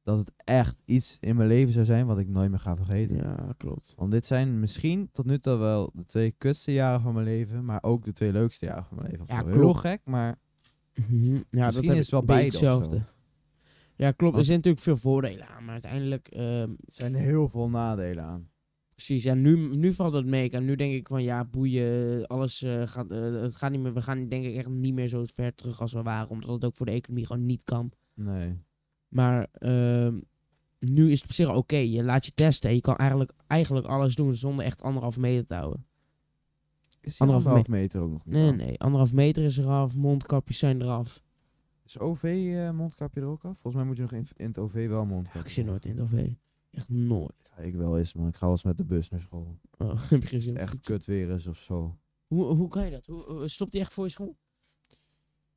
[SPEAKER 2] dat het echt iets in mijn leven zou zijn wat ik nooit meer ga vergeten.
[SPEAKER 1] Ja, klopt.
[SPEAKER 2] Want dit zijn misschien tot nu toe wel de twee kutste jaren van mijn leven, maar ook de twee leukste jaren van mijn leven.
[SPEAKER 1] Ja,
[SPEAKER 2] Ja, heel
[SPEAKER 1] klopt.
[SPEAKER 2] gek, maar
[SPEAKER 1] Mhm. ja, dat
[SPEAKER 2] Misschien
[SPEAKER 1] heb
[SPEAKER 2] is het
[SPEAKER 1] ik
[SPEAKER 2] wel
[SPEAKER 1] een beetje
[SPEAKER 2] beide of zo.
[SPEAKER 1] hetzelfde. Ja, klopt. Er
[SPEAKER 2] Want-
[SPEAKER 1] zijn natuurlijk veel voordelen aan, maar uiteindelijk... ehm,
[SPEAKER 2] er zijn heel veel nadelen aan.
[SPEAKER 1] precies, ja, nu, nu valt het mee. En nu denk ik van, ja, boeien, alles eh, gaat... eh, het gaat niet meer, we gaan denk ik echt niet meer zo ver terug als we waren. Omdat het ook voor de economie gewoon niet kan.
[SPEAKER 2] Nee.
[SPEAKER 1] Maar ehm, nu is het op zich oké. Je laat je testen en je kan eigenlijk, eigenlijk alles doen zonder echt anderhalf meter te houden.
[SPEAKER 2] Is die
[SPEAKER 1] Anderhalve
[SPEAKER 2] anderhalf meter ook nog niet
[SPEAKER 1] Nee,
[SPEAKER 2] aan?
[SPEAKER 1] nee. Anderhalf meter is eraf, mondkapjes zijn eraf.
[SPEAKER 2] Is OV-mondkapje er ook af? Volgens mij moet je nog in, in het OV wel
[SPEAKER 1] Ja,
[SPEAKER 2] mondkapje.
[SPEAKER 1] ik zit nooit in het OV. Echt nooit.
[SPEAKER 2] Ja, ik wel eens, man. Ik ga wel eens met de bus naar school.
[SPEAKER 1] Oh, heb je geen zin om te
[SPEAKER 2] Echt
[SPEAKER 1] fietsen.
[SPEAKER 2] kut weer eens of zo.
[SPEAKER 1] Hoe, hoe kan je dat? Hoe, hoe- eh, stopt die echt voor je school?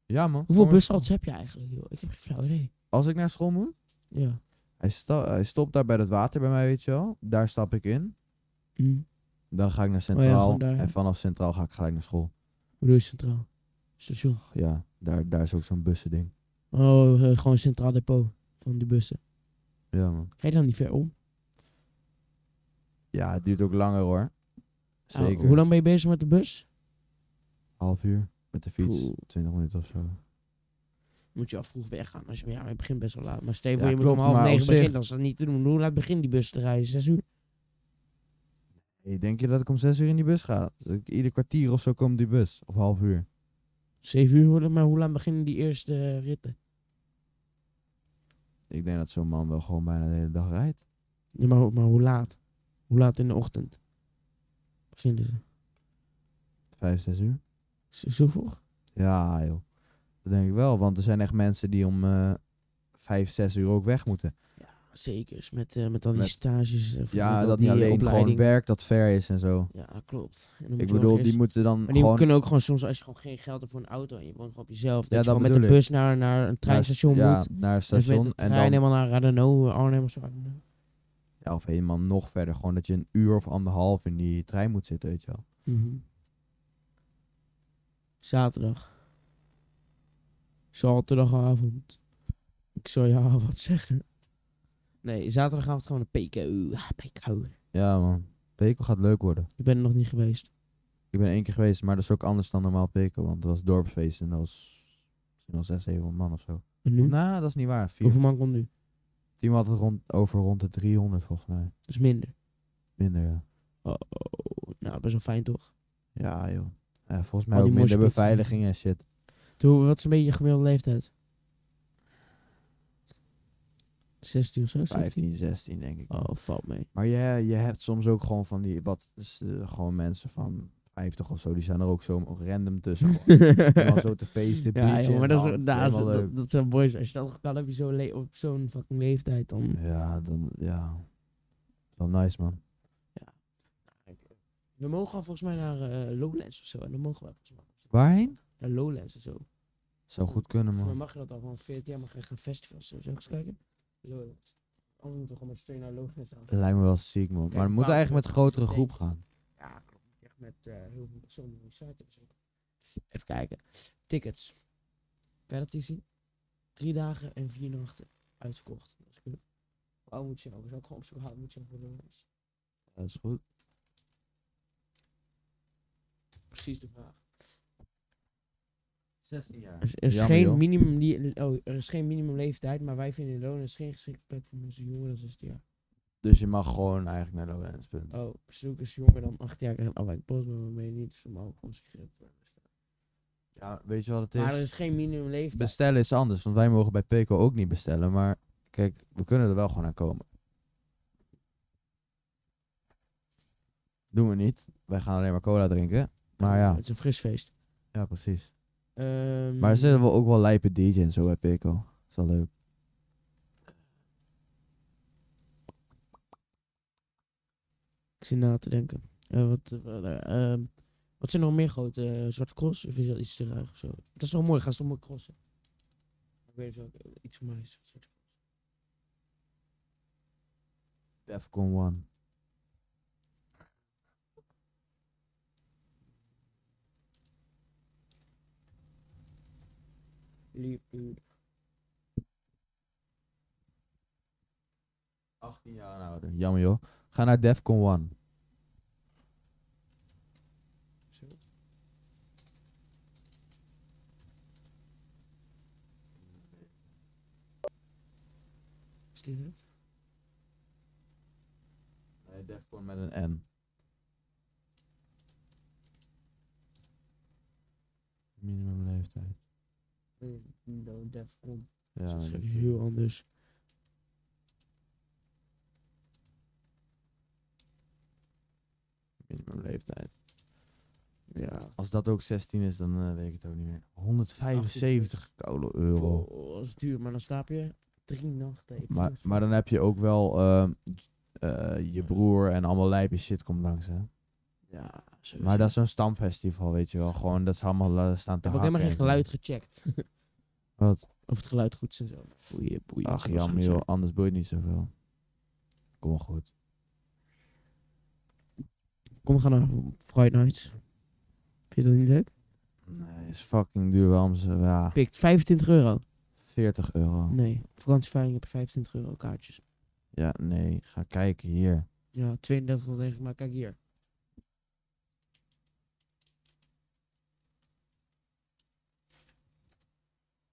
[SPEAKER 2] Ja, man.
[SPEAKER 1] Hoeveel
[SPEAKER 2] Kom eens.
[SPEAKER 1] bushaltes heb je eigenlijk, joh? Ik heb geen flauw idee.
[SPEAKER 2] Als ik naar school moet,
[SPEAKER 1] Ja.
[SPEAKER 2] hij, sta- hij stopt daar bij dat water bij mij, weet je wel. Daar stap ik in.
[SPEAKER 1] Hm.
[SPEAKER 2] Dan ga ik naar
[SPEAKER 1] Oh ja,
[SPEAKER 2] Centraal.
[SPEAKER 1] gewoon daar, ja.
[SPEAKER 2] en vanaf Centraal ga ik gelijk naar school.
[SPEAKER 1] Hoe doe je centraal? Station.
[SPEAKER 2] Ja, daar, daar is ook zo'n bussending.
[SPEAKER 1] Oh, eh, gewoon centraal depot van die bussen.
[SPEAKER 2] Ja, man.
[SPEAKER 1] Ga je dan niet ver om?
[SPEAKER 2] Ja, het duurt ook langer hoor.
[SPEAKER 1] Nou,
[SPEAKER 2] Zeker.
[SPEAKER 1] hoe lang ben je bezig met de bus?
[SPEAKER 2] Half uur met de fiets.
[SPEAKER 1] Poeh.
[SPEAKER 2] 20 minuten of zo.
[SPEAKER 1] moet je al vroeg weggaan. Als je, ja, maar je begint best wel laat. Maar Steven,
[SPEAKER 2] Ja,
[SPEAKER 1] je moet
[SPEAKER 2] klopt,
[SPEAKER 1] om half
[SPEAKER 2] maar op
[SPEAKER 1] negen
[SPEAKER 2] zich-
[SPEAKER 1] beginnen. Dan is dat niet te doen. Hoe laat begint die bus te rijden? Zes uur?
[SPEAKER 2] Hey, denk je dat ik om zes uur in die bus ga? Dus ik- ieder kwartier of zo komt die bus. Of half uur.
[SPEAKER 1] Zeven uur worden, maar hoe laat beginnen die eerste eh, ritten?
[SPEAKER 2] Ik denk dat zo'n man wel gewoon bijna de hele dag rijdt.
[SPEAKER 1] Ja, maar, maar hoe laat? Hoe laat in de ochtend? Beginnen ze?
[SPEAKER 2] Vijf, zes uur.
[SPEAKER 1] Zo- Zo vroeg?
[SPEAKER 2] Ja, joh. Dat denk ik wel. Want er zijn echt mensen die om eh vijf, zes uur ook weg moeten.
[SPEAKER 1] Zeker, met, eh, met al die
[SPEAKER 2] Met-
[SPEAKER 1] stages. eh, met
[SPEAKER 2] Ja,
[SPEAKER 1] al
[SPEAKER 2] dat
[SPEAKER 1] die,
[SPEAKER 2] niet
[SPEAKER 1] eh,
[SPEAKER 2] alleen gewoon
[SPEAKER 1] opleiding.
[SPEAKER 2] werk dat ver is en zo.
[SPEAKER 1] Ja, klopt. En dan moet
[SPEAKER 2] Ik
[SPEAKER 1] je wel
[SPEAKER 2] bedoel,
[SPEAKER 1] eerst-
[SPEAKER 2] die moeten dan
[SPEAKER 1] Maar die
[SPEAKER 2] gewoon...
[SPEAKER 1] kunnen ook gewoon soms, als je gewoon geen geld hebt voor een auto en je woont gewoon op jezelf, dat
[SPEAKER 2] Ja,
[SPEAKER 1] je
[SPEAKER 2] dat
[SPEAKER 1] gewoon met de
[SPEAKER 2] bedoel ik.
[SPEAKER 1] bus naar, naar een treinstation
[SPEAKER 2] naar,
[SPEAKER 1] moet.
[SPEAKER 2] Ja, naar het
[SPEAKER 1] Dus met
[SPEAKER 2] station.
[SPEAKER 1] de
[SPEAKER 2] en
[SPEAKER 1] trein
[SPEAKER 2] dan,
[SPEAKER 1] helemaal naar, I don't know, Arnhem of zo. I don't know.
[SPEAKER 2] ja, of helemaal nog verder. Gewoon dat je een uur of anderhalf in die trein moet zitten, weet je wel.
[SPEAKER 1] Mhm. Zaterdag. Zaterdagavond. Ik zou jou wat zeggen. Nee, zaterdagavond gaan we naar PKU. Ah, PKU.
[SPEAKER 2] Ja, man. Pekel gaat leuk worden.
[SPEAKER 1] Ik ben er nog niet geweest.
[SPEAKER 2] Ik ben één keer geweest, maar dat is ook anders dan normaal Pekel. Want dat was dorpsfeest en dat was misschien wel zes, zevenhonderd man of zo.
[SPEAKER 1] En nu?
[SPEAKER 2] Nou, dat is niet waar. Vier.
[SPEAKER 1] Hoeveel man komt nu?
[SPEAKER 2] Die had het rond, over rond de 300 volgens mij.
[SPEAKER 1] Dat is minder.
[SPEAKER 2] Minder, ja.
[SPEAKER 1] Oh, oh, nou, best wel fijn toch?
[SPEAKER 2] Ja, joh. Ja, volgens mij
[SPEAKER 1] Al
[SPEAKER 2] ook
[SPEAKER 1] die
[SPEAKER 2] minder
[SPEAKER 1] moshpits.
[SPEAKER 2] beveiliging en shit.
[SPEAKER 1] Toen, wat is een beetje je gemiddelde leeftijd? 16 of zo? 17?
[SPEAKER 2] 15, 16 denk ik.
[SPEAKER 1] Oh, valt mee.
[SPEAKER 2] Maar je, je hebt soms ook gewoon van die, wat, is, eh, gewoon mensen van 50 of zo, die zijn er ook zo random tussen. gewoon. Helemaal zo te feesten,
[SPEAKER 1] ja,
[SPEAKER 2] biertje
[SPEAKER 1] joh,
[SPEAKER 2] in
[SPEAKER 1] maar
[SPEAKER 2] de
[SPEAKER 1] dat, is,
[SPEAKER 2] hand,
[SPEAKER 1] dat, is-
[SPEAKER 2] helemaal eh, leuk.
[SPEAKER 1] dat, dat zijn boys. Als je dat kan, heb je zo le- op zo'n fucking leeftijd dan.
[SPEAKER 2] Ja, dan, ja. Wel nice, man.
[SPEAKER 1] We mogen al volgens mij naar eh, Lowlands of zo. En dan mogen we volgens mij
[SPEAKER 2] Waarheen?
[SPEAKER 1] naar Lowlands of zo.
[SPEAKER 2] Zou goed kunnen,
[SPEAKER 1] Volgens mij
[SPEAKER 2] man.
[SPEAKER 1] mag je dat al van 14 jaar, mag je echt een festival zo. Zullen we eens kijken? Lowlands. Anders moeten we gewoon met straight naar Lowlands aan.
[SPEAKER 2] Lijkt me wel ziek, man.
[SPEAKER 1] Kijk,
[SPEAKER 2] Maar we moeten
[SPEAKER 1] Paap,
[SPEAKER 2] eigenlijk met een grotere
[SPEAKER 1] ik
[SPEAKER 2] groep
[SPEAKER 1] denk-
[SPEAKER 2] gaan.
[SPEAKER 1] Ja, klopt. Echt met eh, heel veel personen die site hebben zitten. Even kijken. Tickets. Kan je dat hier zien? Drie dagen en vier nachten uitverkocht. Dat is goed. Hoe oud moet je nou? Dus ook gewoon op zoek houden moet je nou voor de jongens?
[SPEAKER 2] Dat is goed.
[SPEAKER 1] Precies de vraag.
[SPEAKER 2] 16 jaar.
[SPEAKER 1] Er is, er is
[SPEAKER 2] Jammer,
[SPEAKER 1] geen
[SPEAKER 2] joh.
[SPEAKER 1] minimum li- oh, er is geen minimumleeftijd, maar wij vinden Lowlands geen geschikte plek voor mensen jonger dan 16 jaar.
[SPEAKER 2] Dus je mag gewoon eigenlijk naar Lowlands. punt.
[SPEAKER 1] Oh, bezoek is jonger dan 8 jaar en afwijkt post, maar waarmee niet dus normaal gewoon sigaret.
[SPEAKER 2] Ja, weet je wat het is?
[SPEAKER 1] Maar er is geen minimumleeftijd.
[SPEAKER 2] Bestellen is anders, want wij mogen bij Peco ook niet bestellen. Maar kijk, we kunnen er wel gewoon aan komen. Doen we niet. Wij gaan alleen maar cola drinken. Maar ja,
[SPEAKER 1] Het is een fris feest.
[SPEAKER 2] ja precies.
[SPEAKER 1] Ehm,
[SPEAKER 2] Maar er zitten wel ook wel lijpe DJ en zo bij Peco. is wel leuk.
[SPEAKER 1] Ik zit na te denken. Eh, wat, eh, ehm, wat zijn er nog meer grote eh, zwarte cross? Of is dat iets te ruig of zo? Dat is wel mooi, gaan ze toch mooi crossen? Ik weet het wel, iets voor mij is.
[SPEAKER 2] Defcon One.
[SPEAKER 1] Liep, liep.
[SPEAKER 2] 18 jaar en ouder. Jammer joh. Ga naar Defcon One.
[SPEAKER 1] Zo. Is dit het?
[SPEAKER 2] Nee, Defcon met een N. Minimum leeftijd.
[SPEAKER 1] Nee, No, Defcon.
[SPEAKER 2] Ja,
[SPEAKER 1] dat is
[SPEAKER 2] dat-
[SPEAKER 1] heel anders.
[SPEAKER 2] minimum leeftijd.
[SPEAKER 1] Ja.
[SPEAKER 2] Als dat ook 16 is, dan eh, weet ik het ook niet meer. 175 koude euro.
[SPEAKER 1] Oh, dat is duur, maar dan slaap je drie nachten. Ik
[SPEAKER 2] Maar,
[SPEAKER 1] voel het.
[SPEAKER 2] maar dan heb je ook wel ehm, eh, je broer en allemaal lijpe shit komt langs. Hè?
[SPEAKER 1] Ja, sowieso.
[SPEAKER 2] Maar dat is zo'n stamfestival, weet je wel. Gewoon dat ze allemaal eh, staan
[SPEAKER 1] Ik
[SPEAKER 2] te
[SPEAKER 1] heb ook
[SPEAKER 2] hakken.
[SPEAKER 1] helemaal geen
[SPEAKER 2] en zo.
[SPEAKER 1] geluid gecheckt.
[SPEAKER 2] Wat?
[SPEAKER 1] Of het geluid goed is en zo. Boeien, boeien.
[SPEAKER 2] Ach jammer joh, anders boeit niet zoveel. Kom maar goed.
[SPEAKER 1] Kom, we gaan naar Friday Nights. Vind je dat niet leuk?
[SPEAKER 2] Nee, is fucking duur wel om ze... Ja,
[SPEAKER 1] Pikt 25 euro.
[SPEAKER 2] 40 euro.
[SPEAKER 1] Nee, vakantieveiling heb je 25 euro kaartjes.
[SPEAKER 2] Ja, nee. Ga kijken hier.
[SPEAKER 1] Ja, 32 euro maar kijk hier.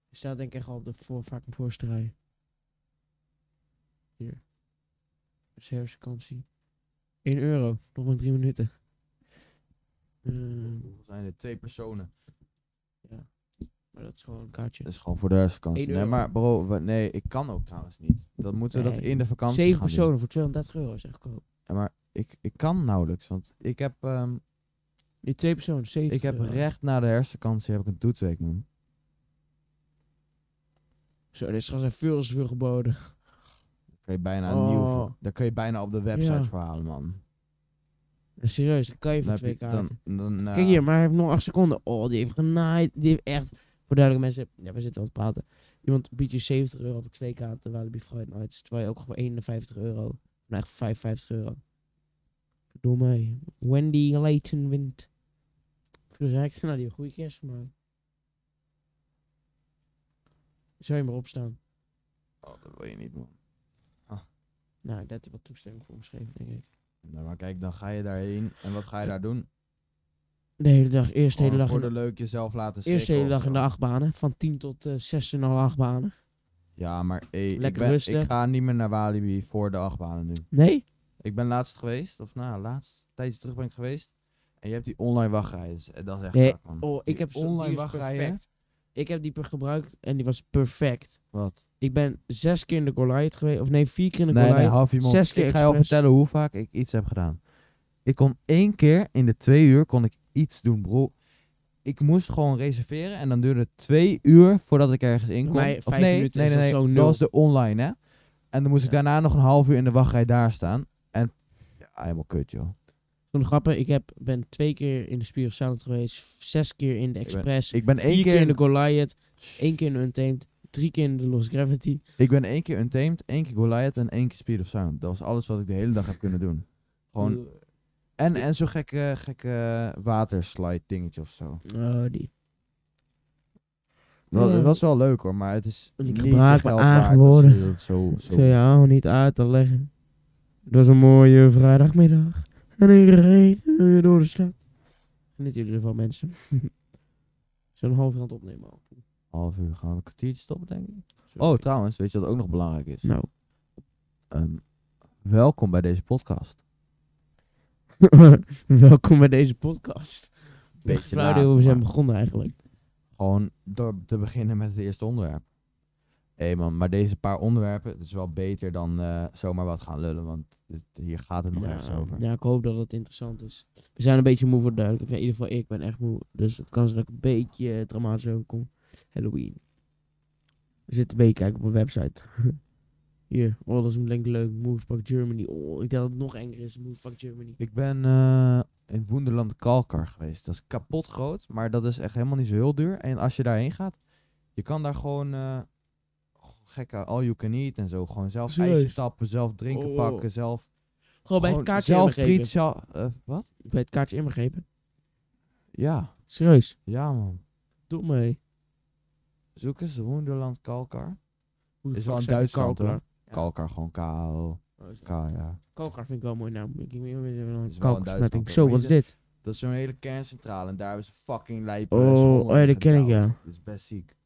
[SPEAKER 1] Ik sta denk ik echt al op de voor, fucking voorste rij. Hier. Dus herfstvakantie. 1 euro. Nog maar 3 minuten. Ehm,
[SPEAKER 2] Hoeveel zijn er? Twee personen.
[SPEAKER 1] maar dat is gewoon een kaartje.
[SPEAKER 2] Dat is gewoon voor de herfstvakantie.
[SPEAKER 1] Eén
[SPEAKER 2] Nee,
[SPEAKER 1] euro.
[SPEAKER 2] maar bro, we- nee, ik kan ook trouwens niet. Dat moeten we dat
[SPEAKER 1] Nee.
[SPEAKER 2] in de vakantie
[SPEAKER 1] 7
[SPEAKER 2] gaan doen.
[SPEAKER 1] personen voor 230 euro is echt goedkoop.
[SPEAKER 2] Ja, maar ik, ik kan nauwelijks, want ik heb, ehm,
[SPEAKER 1] Die twee personen, 70
[SPEAKER 2] ik heb
[SPEAKER 1] euro.
[SPEAKER 2] recht na de herfstvakantie heb ik een toetsweek, man.
[SPEAKER 1] Zo, er is gewoon zijn veel is veel geboden.
[SPEAKER 2] Daar kun je bijna een nieuw,
[SPEAKER 1] Oh.
[SPEAKER 2] voor- daar kun je bijna op de website
[SPEAKER 1] Ja.
[SPEAKER 2] voor halen, man.
[SPEAKER 1] En serieus, dan kan je
[SPEAKER 2] Dan
[SPEAKER 1] voor
[SPEAKER 2] heb
[SPEAKER 1] twee
[SPEAKER 2] je-
[SPEAKER 1] kaarten.
[SPEAKER 2] dan, dan, eh,
[SPEAKER 1] Kijk hier, maar hij heeft nog 8 seconden. Oh, die heeft genaaid. Die heeft echt... Voor duidelijke mensen... Ja, we zitten wel te praten. Iemand biedt je 70 euro voor twee kaarten Walibi Friday Nights. Terwijl je ook voor 51 euro... Nou, echt 55 euro. Doe mij. Wendy Leighton wint. Voor de rijkste. Nou, die heeft een goede kerst gemaakt. Zou je maar opstaan?
[SPEAKER 2] oh, dat wil je niet, man.
[SPEAKER 1] Nou, daar heb je wat toestemming voor omschreven, denk ik.
[SPEAKER 2] Nou, maar kijk, dan ga je daarheen. En wat ga je daar doen?
[SPEAKER 1] De hele dag, eerst de hele
[SPEAKER 2] Gewoon
[SPEAKER 1] dag...
[SPEAKER 2] Oh, voor
[SPEAKER 1] in
[SPEAKER 2] de
[SPEAKER 1] de-
[SPEAKER 2] leuk jezelf laten zien.
[SPEAKER 1] Eerst de hele dag in de achtbanen. Van 10 tot eh, 6 en alle achtbanen.
[SPEAKER 2] Ja, maar hey, ik,
[SPEAKER 1] Lekker
[SPEAKER 2] ben,
[SPEAKER 1] rusten.
[SPEAKER 2] ik ga niet meer naar Walibi voor de achtbanen nu.
[SPEAKER 1] Nee?
[SPEAKER 2] Ik ben laatst geweest, of nou, laatst, tijdje terug ben ik geweest. En je hebt die online wachtrij. dus, eh, Dat is echt
[SPEAKER 1] Nee,
[SPEAKER 2] kak, man.
[SPEAKER 1] Oh,
[SPEAKER 2] Die
[SPEAKER 1] ik heb zo- die
[SPEAKER 2] online
[SPEAKER 1] is
[SPEAKER 2] wachtrijden.
[SPEAKER 1] perfect. Ik heb die per gebruikt en die was perfect.
[SPEAKER 2] Wat?
[SPEAKER 1] Ik ben zes keer in de Goliath geweest. Of nee, vier keer in de
[SPEAKER 2] Nee,
[SPEAKER 1] Goliath.
[SPEAKER 2] nee, half iemand.
[SPEAKER 1] zes keer
[SPEAKER 2] ik ga je al
[SPEAKER 1] expres.
[SPEAKER 2] vertellen hoe vaak ik iets heb gedaan. Ik kon één keer in de twee uur kon ik iets doen, bro. Ik moest gewoon reserveren en dan duurde het twee uur voordat ik ergens in kon.
[SPEAKER 1] Bij mij
[SPEAKER 2] of
[SPEAKER 1] vijf
[SPEAKER 2] nee,
[SPEAKER 1] minuten
[SPEAKER 2] nee,
[SPEAKER 1] is
[SPEAKER 2] nee,
[SPEAKER 1] dat
[SPEAKER 2] nee,
[SPEAKER 1] zo
[SPEAKER 2] dat
[SPEAKER 1] nul.
[SPEAKER 2] was de online, hè? En dan moest ik
[SPEAKER 1] Ja.
[SPEAKER 2] daarna nog een half uur in de wachtrij daar staan. En ja, helemaal kut, joh.
[SPEAKER 1] Zo'n grappen. Ik heb, ben twee keer in de Spear of Sound geweest. f- Zes keer in de
[SPEAKER 2] ben-
[SPEAKER 1] Express.
[SPEAKER 2] Ik ben één
[SPEAKER 1] vier keer in de
[SPEAKER 2] keer
[SPEAKER 1] Goliath. één keer in de Untamed. Drie keer in de Lost Gravity.
[SPEAKER 2] Ik ben één keer Untamed, één keer Goliath en één keer Speed of Sound. Dat was alles wat ik de hele dag heb kunnen doen. Gewoon, en, en zo'n gekke, gekke waterslide dingetje of zo.
[SPEAKER 1] Oh, die.
[SPEAKER 2] Dat
[SPEAKER 1] Ja.
[SPEAKER 2] het was wel leuk hoor, maar het is
[SPEAKER 1] Ik
[SPEAKER 2] niet je
[SPEAKER 1] gebruik
[SPEAKER 2] geld
[SPEAKER 1] mijn
[SPEAKER 2] waard
[SPEAKER 1] eigen
[SPEAKER 2] als je
[SPEAKER 1] woorden.
[SPEAKER 2] dat zo,
[SPEAKER 1] Ik
[SPEAKER 2] zo.
[SPEAKER 1] zei, ja, hou niet uit te leggen. Dat was een mooie vrijdagmiddag. En ik reed eh, door de stad. Genieten jullie ervan, mensen. Zo'n half rand opnemen al.
[SPEAKER 2] Half uur gaan we een kwartiertje stoppen denk ik.
[SPEAKER 1] Sorry.
[SPEAKER 2] Oh trouwens, weet je wat ook nog belangrijk is?
[SPEAKER 1] Nou.
[SPEAKER 2] Ehm, welkom bij deze podcast.
[SPEAKER 1] Welkom bij deze podcast.
[SPEAKER 2] Beetje
[SPEAKER 1] Beetje laat,
[SPEAKER 2] laat,
[SPEAKER 1] hoe we zijn
[SPEAKER 2] maar-
[SPEAKER 1] begonnen eigenlijk.
[SPEAKER 2] Gewoon door te beginnen met het eerste onderwerp. Hé man, maar deze paar onderwerpen, het is wel beter dan eh, zomaar wat gaan lullen, want dit- hier gaat het nog echt
[SPEAKER 1] ja,
[SPEAKER 2] over.
[SPEAKER 1] ja, ik hoop dat het interessant is. We zijn een beetje moe voor duidelijk. in ieder geval, ik ben echt moe. Dus het kan zijn dat ik een beetje eh, dramatisch overkom. Halloween. We zitten een beetje kijken op een website. Hier, oh, dat is een link leuk. Movepark Germany. Oh, ik dacht dat het nog enger is. Movepark Germany.
[SPEAKER 2] Ik ben eh, in Woenderland Kalkar geweest. Dat is kapot groot, maar dat is echt helemaal niet zo heel duur. En als je daarheen gaat, je kan daar gewoon eh, g- gekke all you can eat en zo. Gewoon zelf
[SPEAKER 1] Serieus?
[SPEAKER 2] ijsjes tappen, zelf drinken
[SPEAKER 1] Oh.
[SPEAKER 2] pakken, zelf...
[SPEAKER 1] Gewoon bij het
[SPEAKER 2] gewoon
[SPEAKER 1] kaartje
[SPEAKER 2] zelf friet,
[SPEAKER 1] inbegrepen.
[SPEAKER 2] zelf... eh, wat?
[SPEAKER 1] Bij het kaartje inbegrepen.
[SPEAKER 2] Ja,
[SPEAKER 1] Serieus,
[SPEAKER 2] ja man.
[SPEAKER 1] doe mee.
[SPEAKER 2] Zoek eens Woenderland Kalkar.
[SPEAKER 1] Hoe
[SPEAKER 2] Is wel in Duitsland hoor. Kalkar gewoon KO. K, ja.
[SPEAKER 1] Kalkar Oh, vind ik wel een mooi naam. Ik weet niet meer
[SPEAKER 2] in
[SPEAKER 1] dan
[SPEAKER 2] Duitsland ook,
[SPEAKER 1] kalkarsmetting.
[SPEAKER 2] maar
[SPEAKER 1] Zo, wat is
[SPEAKER 2] je
[SPEAKER 1] dit?
[SPEAKER 2] Dat is zo'n hele kerncentrale en daar hebben ze fucking lijpen.
[SPEAKER 1] Oh, oh ja, dat ken ik, ja.
[SPEAKER 2] Dat is best ziek.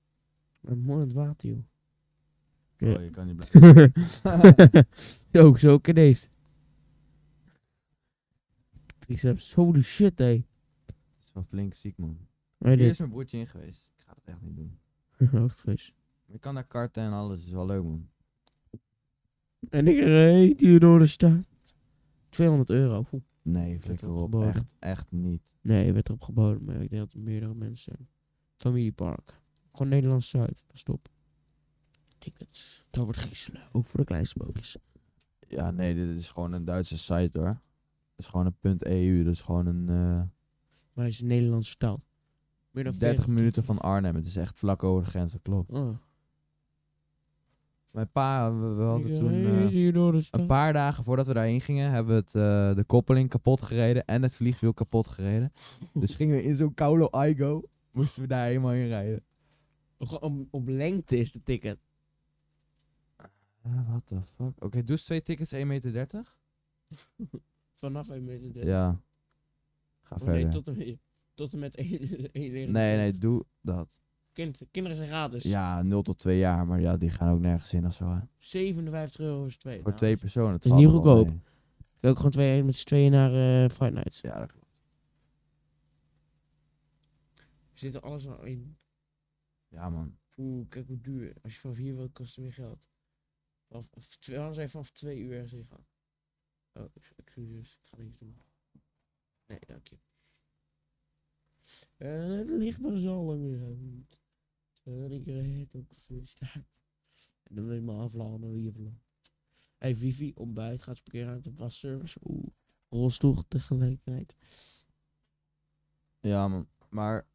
[SPEAKER 1] Een mooi aan het water, joh. Ja.
[SPEAKER 2] Oh, je kan niet blijven.
[SPEAKER 1] zo, zo ken deze. Triceps, holy shit, hé.
[SPEAKER 2] Dat is wel flink ziek man.
[SPEAKER 1] Hey,
[SPEAKER 2] Hier
[SPEAKER 1] dit.
[SPEAKER 2] is mijn broertje in geweest. Ik ga dat echt niet doen.
[SPEAKER 1] Hoogtevrees.
[SPEAKER 2] Maar Je kan daar karten en alles, is wel leuk man.
[SPEAKER 1] En ik reed hier door de stad. 200 euro. Oeh.
[SPEAKER 2] Nee,
[SPEAKER 1] flikker
[SPEAKER 2] flikker
[SPEAKER 1] op,
[SPEAKER 2] op.
[SPEAKER 1] geboden.
[SPEAKER 2] Echt, echt niet.
[SPEAKER 1] Nee, er werd erop geboden, maar ik denk dat er meerdere mensen zijn. Familiepark. Gewoon Nederlands Zuid. Stop. Tickets. Dat wordt gisteren. Ook voor de kleinste bootjes.
[SPEAKER 2] Ja, nee, dit is gewoon een Duitse site hoor. Het is gewoon een .eu, dat is gewoon een eh,
[SPEAKER 1] Maar het is Nederlands vertaald. Meer dan
[SPEAKER 2] 30
[SPEAKER 1] 40
[SPEAKER 2] minuten van Arnhem. Het is echt vlak over de grens, dat klopt.
[SPEAKER 1] Oh.
[SPEAKER 2] Mijn pa, we, we hadden
[SPEAKER 1] Ik
[SPEAKER 2] toen
[SPEAKER 1] reed
[SPEAKER 2] eh,
[SPEAKER 1] hier door de stad.
[SPEAKER 2] een paar dagen voordat we daarheen gingen, hebben we het, eh, de koppeling kapot gereden en het vliegwiel kapot gereden. Dus gingen we in zo'n Kaulo Aigo, moesten we daar helemaal in rijden.
[SPEAKER 1] Gewoon Op, op lengte is de ticket.
[SPEAKER 2] Ah, what the fuck? Oké, dus twee tickets 1,30 meter?
[SPEAKER 1] Vanaf 1 meter. dertig.
[SPEAKER 2] Ja. Ga
[SPEAKER 1] Of eh, nee,
[SPEAKER 2] verder.
[SPEAKER 1] tot en met, tot en met 1
[SPEAKER 2] Nee, nee, doe dat.
[SPEAKER 1] kind. Kinderen zijn gratis.
[SPEAKER 2] Ja, 0 tot 2 jaar, maar ja, die gaan ook nergens in of zo. hè.
[SPEAKER 1] 57 euro is twee.
[SPEAKER 2] Voor
[SPEAKER 1] Nou,
[SPEAKER 2] twee personen. Het
[SPEAKER 1] is
[SPEAKER 2] valt
[SPEAKER 1] niet
[SPEAKER 2] nog wel
[SPEAKER 1] goedkoop.
[SPEAKER 2] mee.
[SPEAKER 1] Ik wil ook gewoon twee, met z'n tweeën naar eh Friday Nights.
[SPEAKER 2] Ja, dat klopt.
[SPEAKER 1] We zitten alles al in.
[SPEAKER 2] Ja, man.
[SPEAKER 1] Oeh, kijk hoe duur. Als je van vier wilt, kost het meer geld. Of, of twee, anders even vanaf twee uur ergens heen gaan. Oh, ex- excuses. Ik ga niks doen. Nee, dank je. Eh, het ligt maar zo lang weer uit. Terwijl ik het ook vis. En dan wil je maar afladen naar wie je Hey, wifi, ontbijt, gaat parkeerruimte, wasservice. Oeh, rolstoel tegelijkertijd.
[SPEAKER 2] Ja, man. Maar...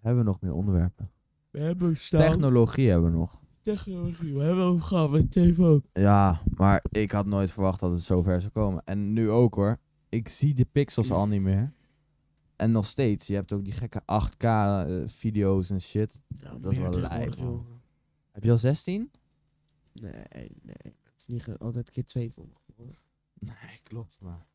[SPEAKER 2] Hebben we nog meer onderwerpen?
[SPEAKER 1] We hebben staan.
[SPEAKER 2] Technologie hebben we nog.
[SPEAKER 1] Technologie, we hebben ook gehad met telefoon.
[SPEAKER 2] Ja, maar ik had nooit verwacht dat het zo ver zou komen. En nu ook hoor. Ik zie de pixels al niet meer. En nog steeds, je hebt ook die gekke 8K eh, video's en shit.
[SPEAKER 1] Nou,
[SPEAKER 2] Dat is wel lijp, man. Heb je al 16?
[SPEAKER 1] Nee, nee. Het is niet ge- altijd keer twee voor mijn gevoel.
[SPEAKER 2] Nee, klopt maar.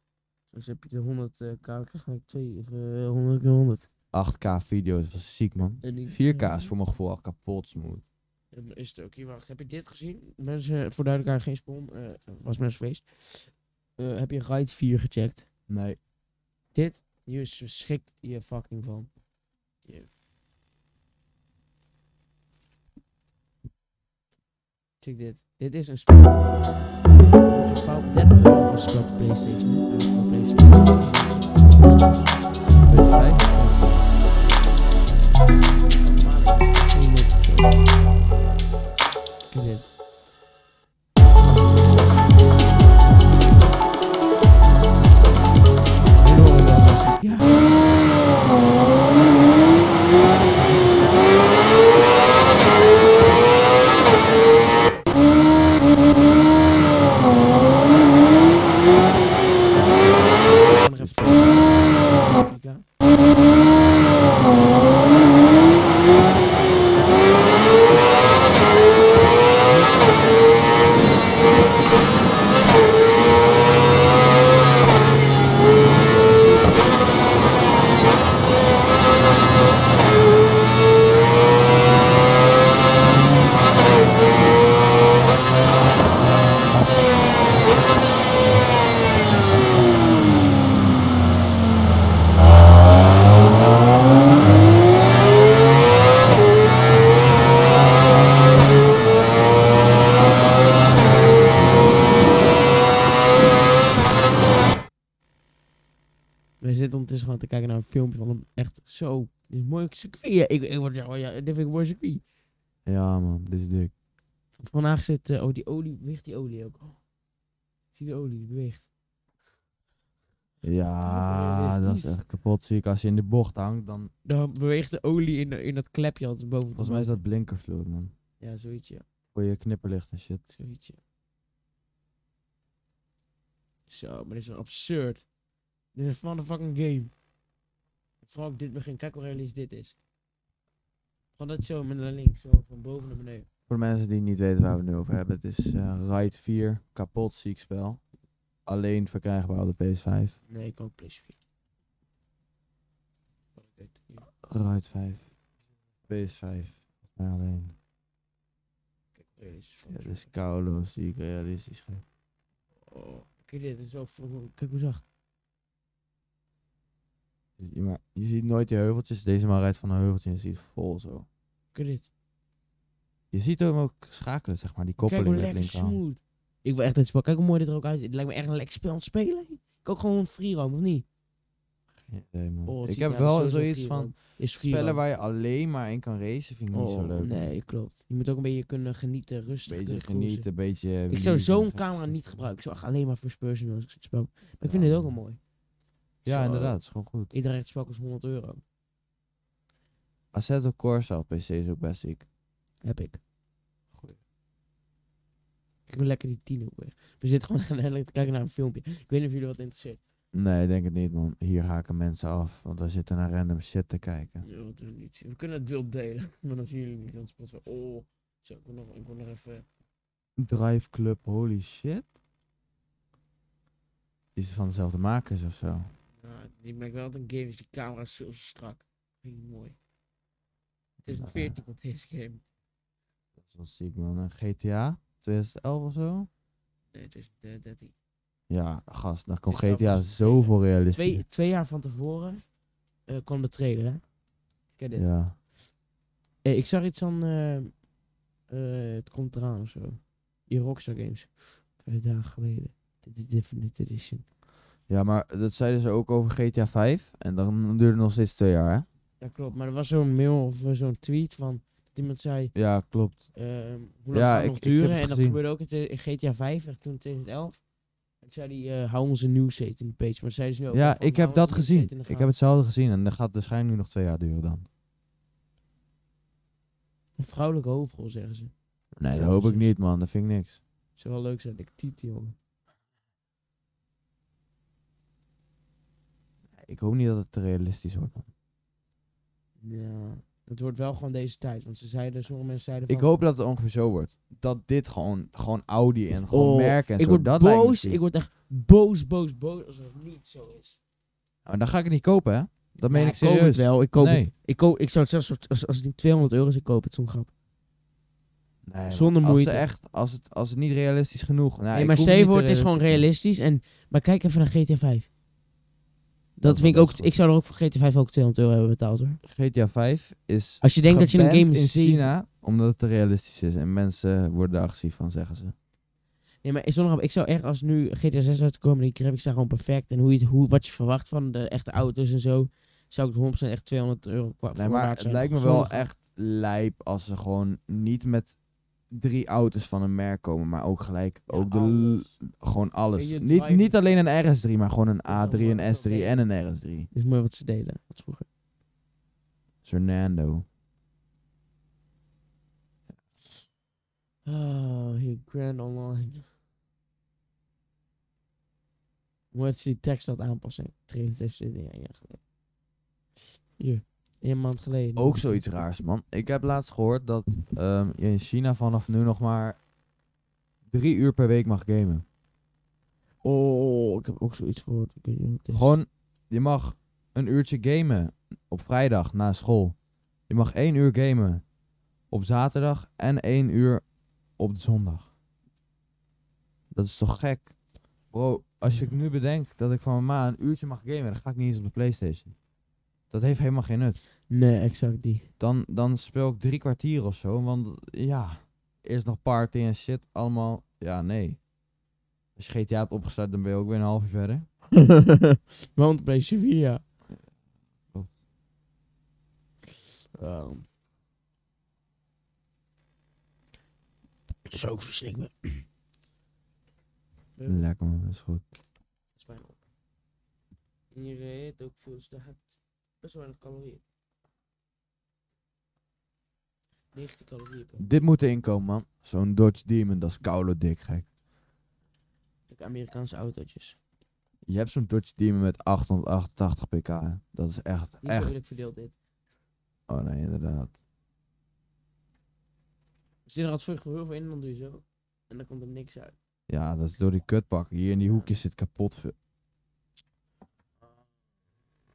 [SPEAKER 1] Dus heb je de 100 eh, k krijg je twee of eh, 100 keer 100.
[SPEAKER 2] 8K video's, dat was ziek man.
[SPEAKER 1] En die-
[SPEAKER 2] 4K is voor mijn gevoel al kapot smooth.
[SPEAKER 1] En Is het ook hier, wacht, heb je dit gezien? Mensen, voor duidelijkheid, geen spon, eh, was mensenfeest. Eh heb je Ride 4 gecheckt?
[SPEAKER 2] Nee.
[SPEAKER 1] Dit, hier schrik je fucking van. Je- Check dit. Dit is een spel. Je betaalt 30 euro per spel op PlayStation. eh, voor PlayStation.
[SPEAKER 2] PS5?
[SPEAKER 1] Maar het is geen nut of zo. Kijk dit. Enorme mensen. Ja. Ik ga nog even spelen. We zitten ondertussen gewoon te kijken naar een filmpje van hem. Echt zo. Dit is een mooi circuit. Ja, ik, ik word, oh ja, dit vind ik een mooi circuit.
[SPEAKER 2] Ja man, dit is dik.
[SPEAKER 1] Vandaag zit... eh, oh, die olie. Beweegt die olie ook? Oh. Zie de olie, die beweegt.
[SPEAKER 2] Ja, dat is
[SPEAKER 1] Realistisch.
[SPEAKER 2] echt kapot ziek. Als je in de bocht hangt, dan...
[SPEAKER 1] Dan beweegt de olie in, in dat klepje altijd boven. de
[SPEAKER 2] Volgens mij is
[SPEAKER 1] motor.
[SPEAKER 2] dat blinkervloer man.
[SPEAKER 1] Ja, zoiets ja.
[SPEAKER 2] Voor je knipperlicht en shit.
[SPEAKER 1] Zoiets ja. Zo, maar dit is wel absurd. Dit is van de fucking game. Vooral ook dit begin. Kijk hoe realistisch dit is. Gewoon dat zo, met naar links. Zo, van boven naar beneden.
[SPEAKER 2] Voor de mensen die niet weten waar we het nu over hebben, het is eh Ride 4, kapot ziek spel. Alleen verkrijgbaar op de PS5.
[SPEAKER 1] Nee, ik kan ook PlayStation. Wat ik weet, ja.
[SPEAKER 2] Ride 5. PS5. Ja, alleen.
[SPEAKER 1] Kijk, realistisch.
[SPEAKER 2] Ja, dus- dit is kouloos, ziek, realistisch. gek.
[SPEAKER 1] Oh, kijk dit, dit is wel vroeg- Kijk hoe zacht.
[SPEAKER 2] Dus je- maar je ziet nooit die heuveltjes. Deze man rijdt van een heuveltje en je ziet vol zo.
[SPEAKER 1] Kijk dit.
[SPEAKER 2] Je ziet hem ook schakelen, zeg maar, die
[SPEAKER 1] Kijk
[SPEAKER 2] koppeling
[SPEAKER 1] hoe
[SPEAKER 2] met
[SPEAKER 1] lekker
[SPEAKER 2] linkerhand.
[SPEAKER 1] smooth. Ik wil echt dit spel. Kijk hoe mooi dit er ook uitziet. Het lijkt me echt een lekker spel om te spelen. Ik ook gewoon een free roam, of niet?
[SPEAKER 2] Geen idee, man.
[SPEAKER 1] Oh, het
[SPEAKER 2] ik
[SPEAKER 1] ziet
[SPEAKER 2] heb
[SPEAKER 1] eruit als
[SPEAKER 2] wel
[SPEAKER 1] sowieso
[SPEAKER 2] zoiets
[SPEAKER 1] free
[SPEAKER 2] van
[SPEAKER 1] roam. Is free
[SPEAKER 2] spellen
[SPEAKER 1] roam.
[SPEAKER 2] waar je alleen maar in kan racen, vind ik niet zo
[SPEAKER 1] Oh,
[SPEAKER 2] leuk.
[SPEAKER 1] Nee, klopt. Je moet ook een beetje kunnen genieten, rustig
[SPEAKER 2] Een beetje
[SPEAKER 1] kunnen cruisen.
[SPEAKER 2] genieten, een beetje...
[SPEAKER 1] Ik zou
[SPEAKER 2] wielen,
[SPEAKER 1] zo'n
[SPEAKER 2] gek
[SPEAKER 1] camera
[SPEAKER 2] shit.
[SPEAKER 1] niet gebruiken. Ik zou echt alleen maar first person als ik zo'n spel. Maar ik vind
[SPEAKER 2] Ja,
[SPEAKER 1] dit ook wel
[SPEAKER 2] man.
[SPEAKER 1] mooi.
[SPEAKER 2] Ja,
[SPEAKER 1] Zo.
[SPEAKER 2] inderdaad, het is gewoon goed.
[SPEAKER 1] Ieder recht spel kost 100 euro.
[SPEAKER 2] Assetto Corsa op PC is ook best ziek.
[SPEAKER 1] Heb ik. Kijk hoe lekker die tien ook weer. We zitten gewoon geleidelijk te kijken naar een filmpje. Ik weet niet of jullie wat interesseert.
[SPEAKER 2] Nee, ik denk het niet, man. Hier haken mensen af, want wij zitten naar random shit te kijken.
[SPEAKER 1] Ja, wat doen we niet. We kunnen het wild delen. Maar dan zien jullie niet. Dan spotten we. Oh. Zo, ik wil nog, ik wil nog even.
[SPEAKER 2] Drive Club, holy shit. Is het van dezelfde makers of zo?
[SPEAKER 1] Nou, ik merk wel dat een game is. Die camera is zo strak. Vind ik mooi. 2014 komt deze game.
[SPEAKER 2] Dat was ziek, man. En GTA 2011 of zo?
[SPEAKER 1] Nee, 2013.
[SPEAKER 2] Ja, gast, dan kon
[SPEAKER 1] is wel
[SPEAKER 2] GTA
[SPEAKER 1] vast-
[SPEAKER 2] zoveel realistisch.
[SPEAKER 1] Twee, twee jaar van tevoren eh, kwam de trailer, hè? Ken dit.
[SPEAKER 2] Ja.
[SPEAKER 1] Eh, ik zag iets van... eh, eh, het komt eraan of zo. Die Rockstar Games. Vijf dagen geleden. Dit is Definite Edition.
[SPEAKER 2] ja, maar dat zeiden ze ook over GTA 5. En dan duurde het nog steeds twee jaar, hè?
[SPEAKER 1] Ja, klopt. Maar er was zo'n mail of eh, zo'n tweet van... Dat iemand zei...
[SPEAKER 2] Ja, klopt.
[SPEAKER 1] ehm, hoe lang
[SPEAKER 2] Ja,
[SPEAKER 1] gaat het
[SPEAKER 2] ik-
[SPEAKER 1] nog
[SPEAKER 2] ik heb
[SPEAKER 1] duren?
[SPEAKER 2] het
[SPEAKER 1] en dat
[SPEAKER 2] gezien.
[SPEAKER 1] gebeurde ook in, te- in GTA 5, echt toen in 2011. En toen zei hij, eh, hou onze nieuwsete in de page. Maar dat zeiden ze nu ook al
[SPEAKER 2] Ja,
[SPEAKER 1] van,
[SPEAKER 2] ik
[SPEAKER 1] hou
[SPEAKER 2] heb dat
[SPEAKER 1] onze newsete in
[SPEAKER 2] gezien.
[SPEAKER 1] de
[SPEAKER 2] Ik heb
[SPEAKER 1] gaten.
[SPEAKER 2] hetzelfde gezien. En dat gaat waarschijnlijk nu nog twee jaar duren dan.
[SPEAKER 1] Een vrouwelijke hoofdrol, zeggen ze.
[SPEAKER 2] Nee,
[SPEAKER 1] Ja,
[SPEAKER 2] dat hoop ik
[SPEAKER 1] precies.
[SPEAKER 2] niet, man. Dat vind ik niks.
[SPEAKER 1] Zou wel leuk zijn, ik titel, jongen.
[SPEAKER 2] Ik hoop niet dat het te realistisch wordt, man.
[SPEAKER 1] Ja, het wordt wel gewoon deze tijd. Want ze zeiden, sommige mensen zeiden van...
[SPEAKER 2] Ik hoop dat het ongeveer zo wordt. Dat dit gewoon, gewoon Audi en gewoon
[SPEAKER 1] Oh,
[SPEAKER 2] merken en
[SPEAKER 1] ik
[SPEAKER 2] zo.
[SPEAKER 1] word
[SPEAKER 2] dat lijkt me
[SPEAKER 1] boos,
[SPEAKER 2] ziek.
[SPEAKER 1] ik word echt boos, boos, boos als het niet zo is.
[SPEAKER 2] Maar dan ga ik het niet kopen, hè? Dat meen
[SPEAKER 1] Ja,
[SPEAKER 2] ik
[SPEAKER 1] koop
[SPEAKER 2] serieus.
[SPEAKER 1] het wel, ik koop
[SPEAKER 2] Nee.
[SPEAKER 1] het. Ik, koop, ik zou het zelfs, soort- als, als het niet 200 euro is, ik koop het, zo'n grap.
[SPEAKER 2] Nee, man.
[SPEAKER 1] Zonder
[SPEAKER 2] als
[SPEAKER 1] moeite.
[SPEAKER 2] Ze echt, als, het, als het niet realistisch genoeg... Nou,
[SPEAKER 1] nee,
[SPEAKER 2] ik
[SPEAKER 1] maar
[SPEAKER 2] hoef
[SPEAKER 1] stel
[SPEAKER 2] niet
[SPEAKER 1] voor,
[SPEAKER 2] te
[SPEAKER 1] het is gewoon realistisch. En, maar kijk even naar GTA 5. Dat,
[SPEAKER 2] is
[SPEAKER 1] vind ik
[SPEAKER 2] wel
[SPEAKER 1] ook,
[SPEAKER 2] best goed.
[SPEAKER 1] ik zou er ook voor GTA 5 ook 200 euro hebben betaald hoor.
[SPEAKER 2] GTA 5 is
[SPEAKER 1] Als je denkt dat je een
[SPEAKER 2] geband
[SPEAKER 1] game
[SPEAKER 2] in
[SPEAKER 1] is China.
[SPEAKER 2] China, omdat het te realistisch is. En mensen worden er agressief van, zeggen ze.
[SPEAKER 1] Nee, maar zonder grap, ik zou echt als nu GTA 6 uit te komen, die graphics zijn gewoon perfect. En hoe je, het- hoe, wat je verwacht van de echte auto's en zo, zou ik het 100% echt 200 euro qua
[SPEAKER 2] Nee, maar
[SPEAKER 1] voorwaarts
[SPEAKER 2] het
[SPEAKER 1] zijn.
[SPEAKER 2] lijkt me
[SPEAKER 1] Zonder
[SPEAKER 2] wel
[SPEAKER 1] grap.
[SPEAKER 2] echt lijp als ze gewoon niet met drie auto's van een merk komen, maar ook gelijk
[SPEAKER 1] Ja,
[SPEAKER 2] ook de
[SPEAKER 1] alles.
[SPEAKER 2] l- gewoon
[SPEAKER 1] En
[SPEAKER 2] alles.
[SPEAKER 1] je
[SPEAKER 2] Niet,
[SPEAKER 1] drivers-
[SPEAKER 2] niet alleen een RS3, maar gewoon een
[SPEAKER 1] Dat is wel
[SPEAKER 2] A3,
[SPEAKER 1] mooi,
[SPEAKER 2] een
[SPEAKER 1] dat is
[SPEAKER 2] S3
[SPEAKER 1] wel
[SPEAKER 2] en een RS3.
[SPEAKER 1] Dat is mooi wat ze deden, wat vroeger.
[SPEAKER 2] Fernando.
[SPEAKER 1] Oh, hier, Grand Online. Moet je die tekst dat aanpassen? 23 jaar geleden. Hier, een maand geleden.
[SPEAKER 2] Ook zoiets raars, man. Ik heb laatst gehoord dat ehm, je in China vanaf nu nog maar drie uur per week mag gamen.
[SPEAKER 1] Oh, ik heb ook zoiets gehoord. Ik weet niet wat het is.
[SPEAKER 2] Gewoon, je mag een uurtje gamen op vrijdag na school. Je mag één uur gamen op zaterdag en één uur op de zondag. Dat is toch gek? Bro, als ik nu bedenk dat ik van mijn ma een uurtje mag gamen, dan ga ik niet eens op de Playstation. Dat heeft helemaal geen nut.
[SPEAKER 1] Nee, exact die.
[SPEAKER 2] Dan, dan speel ik drie kwartier of zo, want ja, eerst nog party en shit, allemaal. Ja, nee. Als je GTA hebt opgestart, dan ben je ook weer een half uur verder.
[SPEAKER 1] Want bij Sevilla.
[SPEAKER 2] Klopt.
[SPEAKER 1] Ehm. Zo, ik verslik me. Ja.
[SPEAKER 2] Lekker man, dat is goed.
[SPEAKER 1] Dat is bijna op. Hier eh, heet ook veel, dus daar gaat best wel weinig calorieën. 19 calorieën per.
[SPEAKER 2] Dit moet erin komen, man. Zo'n Dodge Demon, dat is koude dik, gek.
[SPEAKER 1] Kijk, Amerikaanse autootjes.
[SPEAKER 2] Je hebt zo'n Dodge Demon met 888 pk. hè. Dat is echt,
[SPEAKER 1] Niet zo
[SPEAKER 2] echt.
[SPEAKER 1] eerlijk verdeeld dit.
[SPEAKER 2] Oh nee, inderdaad.
[SPEAKER 1] Als je er als vrucht heel veel in, dan doe je zo. En dan komt er niks uit.
[SPEAKER 2] Ja, dat is door die kutbak. Hier in die hoekjes zit kapot veel.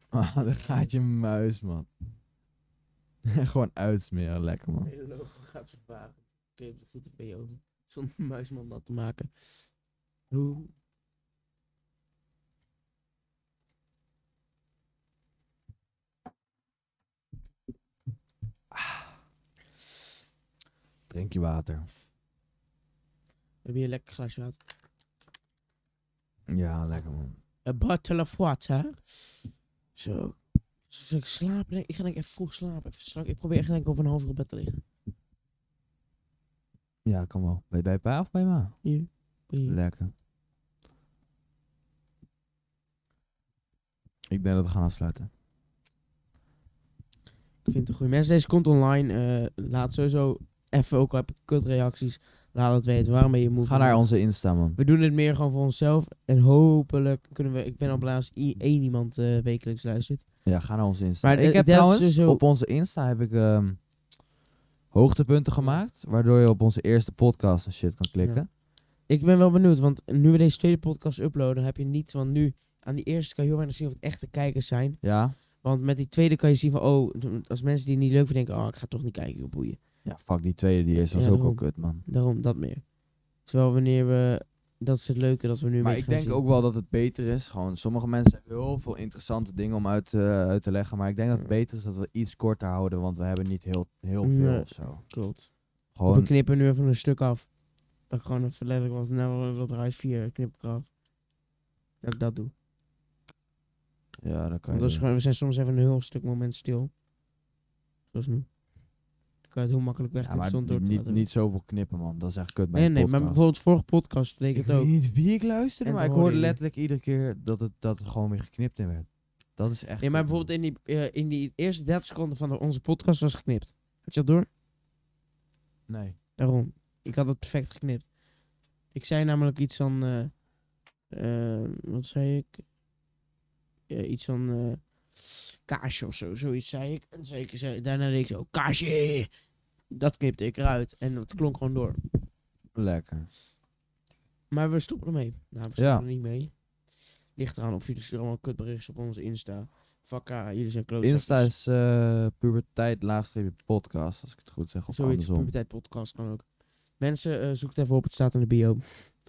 [SPEAKER 2] Ah, daar gaat je muis, man. Gewoon uitsmeren, lekker man.
[SPEAKER 1] Hele logo gaat vervaren. Kun je op de voeten bij je over. Zonder muisman nat te maken. Hoe?
[SPEAKER 2] Drink je water.
[SPEAKER 1] We hebben hier een lekker glaasje water.
[SPEAKER 2] Ja, lekker man.
[SPEAKER 1] Een bottle of water. Zo. Zal ik slapen? Nee, ik ga denk ik even vroeg slapen. Even strak- Ik probeer echt denk ik over een half uur op bed te liggen.
[SPEAKER 2] Ja, kan wel. Ben je bij pa of bij ma?
[SPEAKER 1] Hier. Hier.
[SPEAKER 2] Lekker. Ik denk dat we gaan afsluiten.
[SPEAKER 1] Ik vind het een goede mensen. Deze komt online. eh, laat sowieso even, ook al heb ik kutreacties, laat het weten waarom ben je moe.
[SPEAKER 2] Ga naar onze Insta, man.
[SPEAKER 1] We doen het meer gewoon voor onszelf. En hopelijk kunnen we... Ik ben al blij als i- één iemand eh, wekelijks luistert.
[SPEAKER 2] Ja, ga naar onze Insta.
[SPEAKER 1] Maar, eh,
[SPEAKER 2] ik heb
[SPEAKER 1] dat is
[SPEAKER 2] trouwens,
[SPEAKER 1] sowieso-
[SPEAKER 2] dus op onze Insta heb ik ehm, hoogtepunten gemaakt, waardoor je op onze eerste podcast en shit kan klikken.
[SPEAKER 1] Ik ben wel benieuwd, want nu we deze tweede podcast uploaden... heb je niet van nu... Aan die eerste kan je heel weinig zien of het echte kijkers zijn.
[SPEAKER 2] Ja,
[SPEAKER 1] Want met die tweede kan je zien van, oh, als mensen die niet leuk vinden, denken, oh, ik ga toch niet kijken, joh, boeien.
[SPEAKER 2] Ja, fuck die tweede, die is
[SPEAKER 1] Ja,
[SPEAKER 2] was ook al
[SPEAKER 1] daarom.
[SPEAKER 2] kut, man.
[SPEAKER 1] Daarom dat meer. Terwijl wanneer we, dat is het leuke dat we nu
[SPEAKER 2] Maar
[SPEAKER 1] meer
[SPEAKER 2] ik
[SPEAKER 1] gaan
[SPEAKER 2] denk
[SPEAKER 1] zien.
[SPEAKER 2] ook wel dat het beter is. Gewoon, sommige mensen hebben heel veel interessante dingen om uit, eh, uit te leggen. Maar ik denk dat het
[SPEAKER 1] Ja.
[SPEAKER 2] beter is dat we iets korter houden, want we hebben niet heel, heel veel
[SPEAKER 1] Nee.
[SPEAKER 2] of zo.
[SPEAKER 1] Klopt. Of we
[SPEAKER 2] Gewoon,
[SPEAKER 1] knippen nu even een stuk af. Dat ik gewoon even letterlijk was, nou, dat eruit vier knip ik af. Dat ik dat doe.
[SPEAKER 2] ja, dat kan
[SPEAKER 1] Want
[SPEAKER 2] je
[SPEAKER 1] dat is
[SPEAKER 2] doen.
[SPEAKER 1] gewoon, we zijn soms even een heel stuk moment stil. Zoals nu. Dan kan je het heel makkelijk
[SPEAKER 2] Ja,
[SPEAKER 1] wegknippen
[SPEAKER 2] maar
[SPEAKER 1] zonder door
[SPEAKER 2] niet,
[SPEAKER 1] te
[SPEAKER 2] niet,
[SPEAKER 1] laten-
[SPEAKER 2] niet zoveel knippen, man. Dat is echt kut bij
[SPEAKER 1] Nee,
[SPEAKER 2] een
[SPEAKER 1] nee, maar
[SPEAKER 2] podcast.
[SPEAKER 1] bijvoorbeeld vorige podcast deed ik,
[SPEAKER 2] Ik
[SPEAKER 1] het ook.
[SPEAKER 2] weet niet wie ik luisterde,
[SPEAKER 1] En
[SPEAKER 2] maar ik
[SPEAKER 1] toen
[SPEAKER 2] hoorde
[SPEAKER 1] hoorde je-
[SPEAKER 2] letterlijk iedere keer dat het, dat het gewoon weer geknipt in werd. Dat is echt...
[SPEAKER 1] Nee, maar
[SPEAKER 2] kut, man.
[SPEAKER 1] bijvoorbeeld in die, eh, in die eerste 30 seconden van de- onze podcast was geknipt. Had je dat door?
[SPEAKER 2] Nee.
[SPEAKER 1] Daarom. Ik had het perfect geknipt. Ik zei namelijk iets van... eh, eh, wat zei ik? Eh, iets van... eh, kaasje of zo. Zoiets zei ik. En zeker zei, daarna deed ik zo... Kaasje! Dat knipte ik eruit. En dat klonk gewoon door.
[SPEAKER 2] Lekker.
[SPEAKER 1] Maar we stoppen ermee. Nou, we stoppen
[SPEAKER 2] Ja.
[SPEAKER 1] er niet mee. Ligt eraan of jullie sturen allemaal kutberichtjes op onze Insta. Fakka, jullie zijn close.
[SPEAKER 2] Insta is eh puberteit laagstreepje podcast, als ik het goed zeg. Of
[SPEAKER 1] Zoiets,
[SPEAKER 2] andersom.
[SPEAKER 1] puberteit podcast kan ook. Mensen, eh zoek het even op. Het staat in de bio.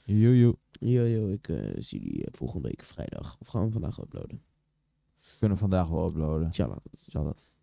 [SPEAKER 2] Joe, joe.
[SPEAKER 1] Yo, yo, ik eh, zie jullie eh, volgende week vrijdag. Of gaan we vandaag uploaden.
[SPEAKER 2] Kunnen we vandaag wel uploaden.
[SPEAKER 1] Tjalla.
[SPEAKER 2] Zal dat.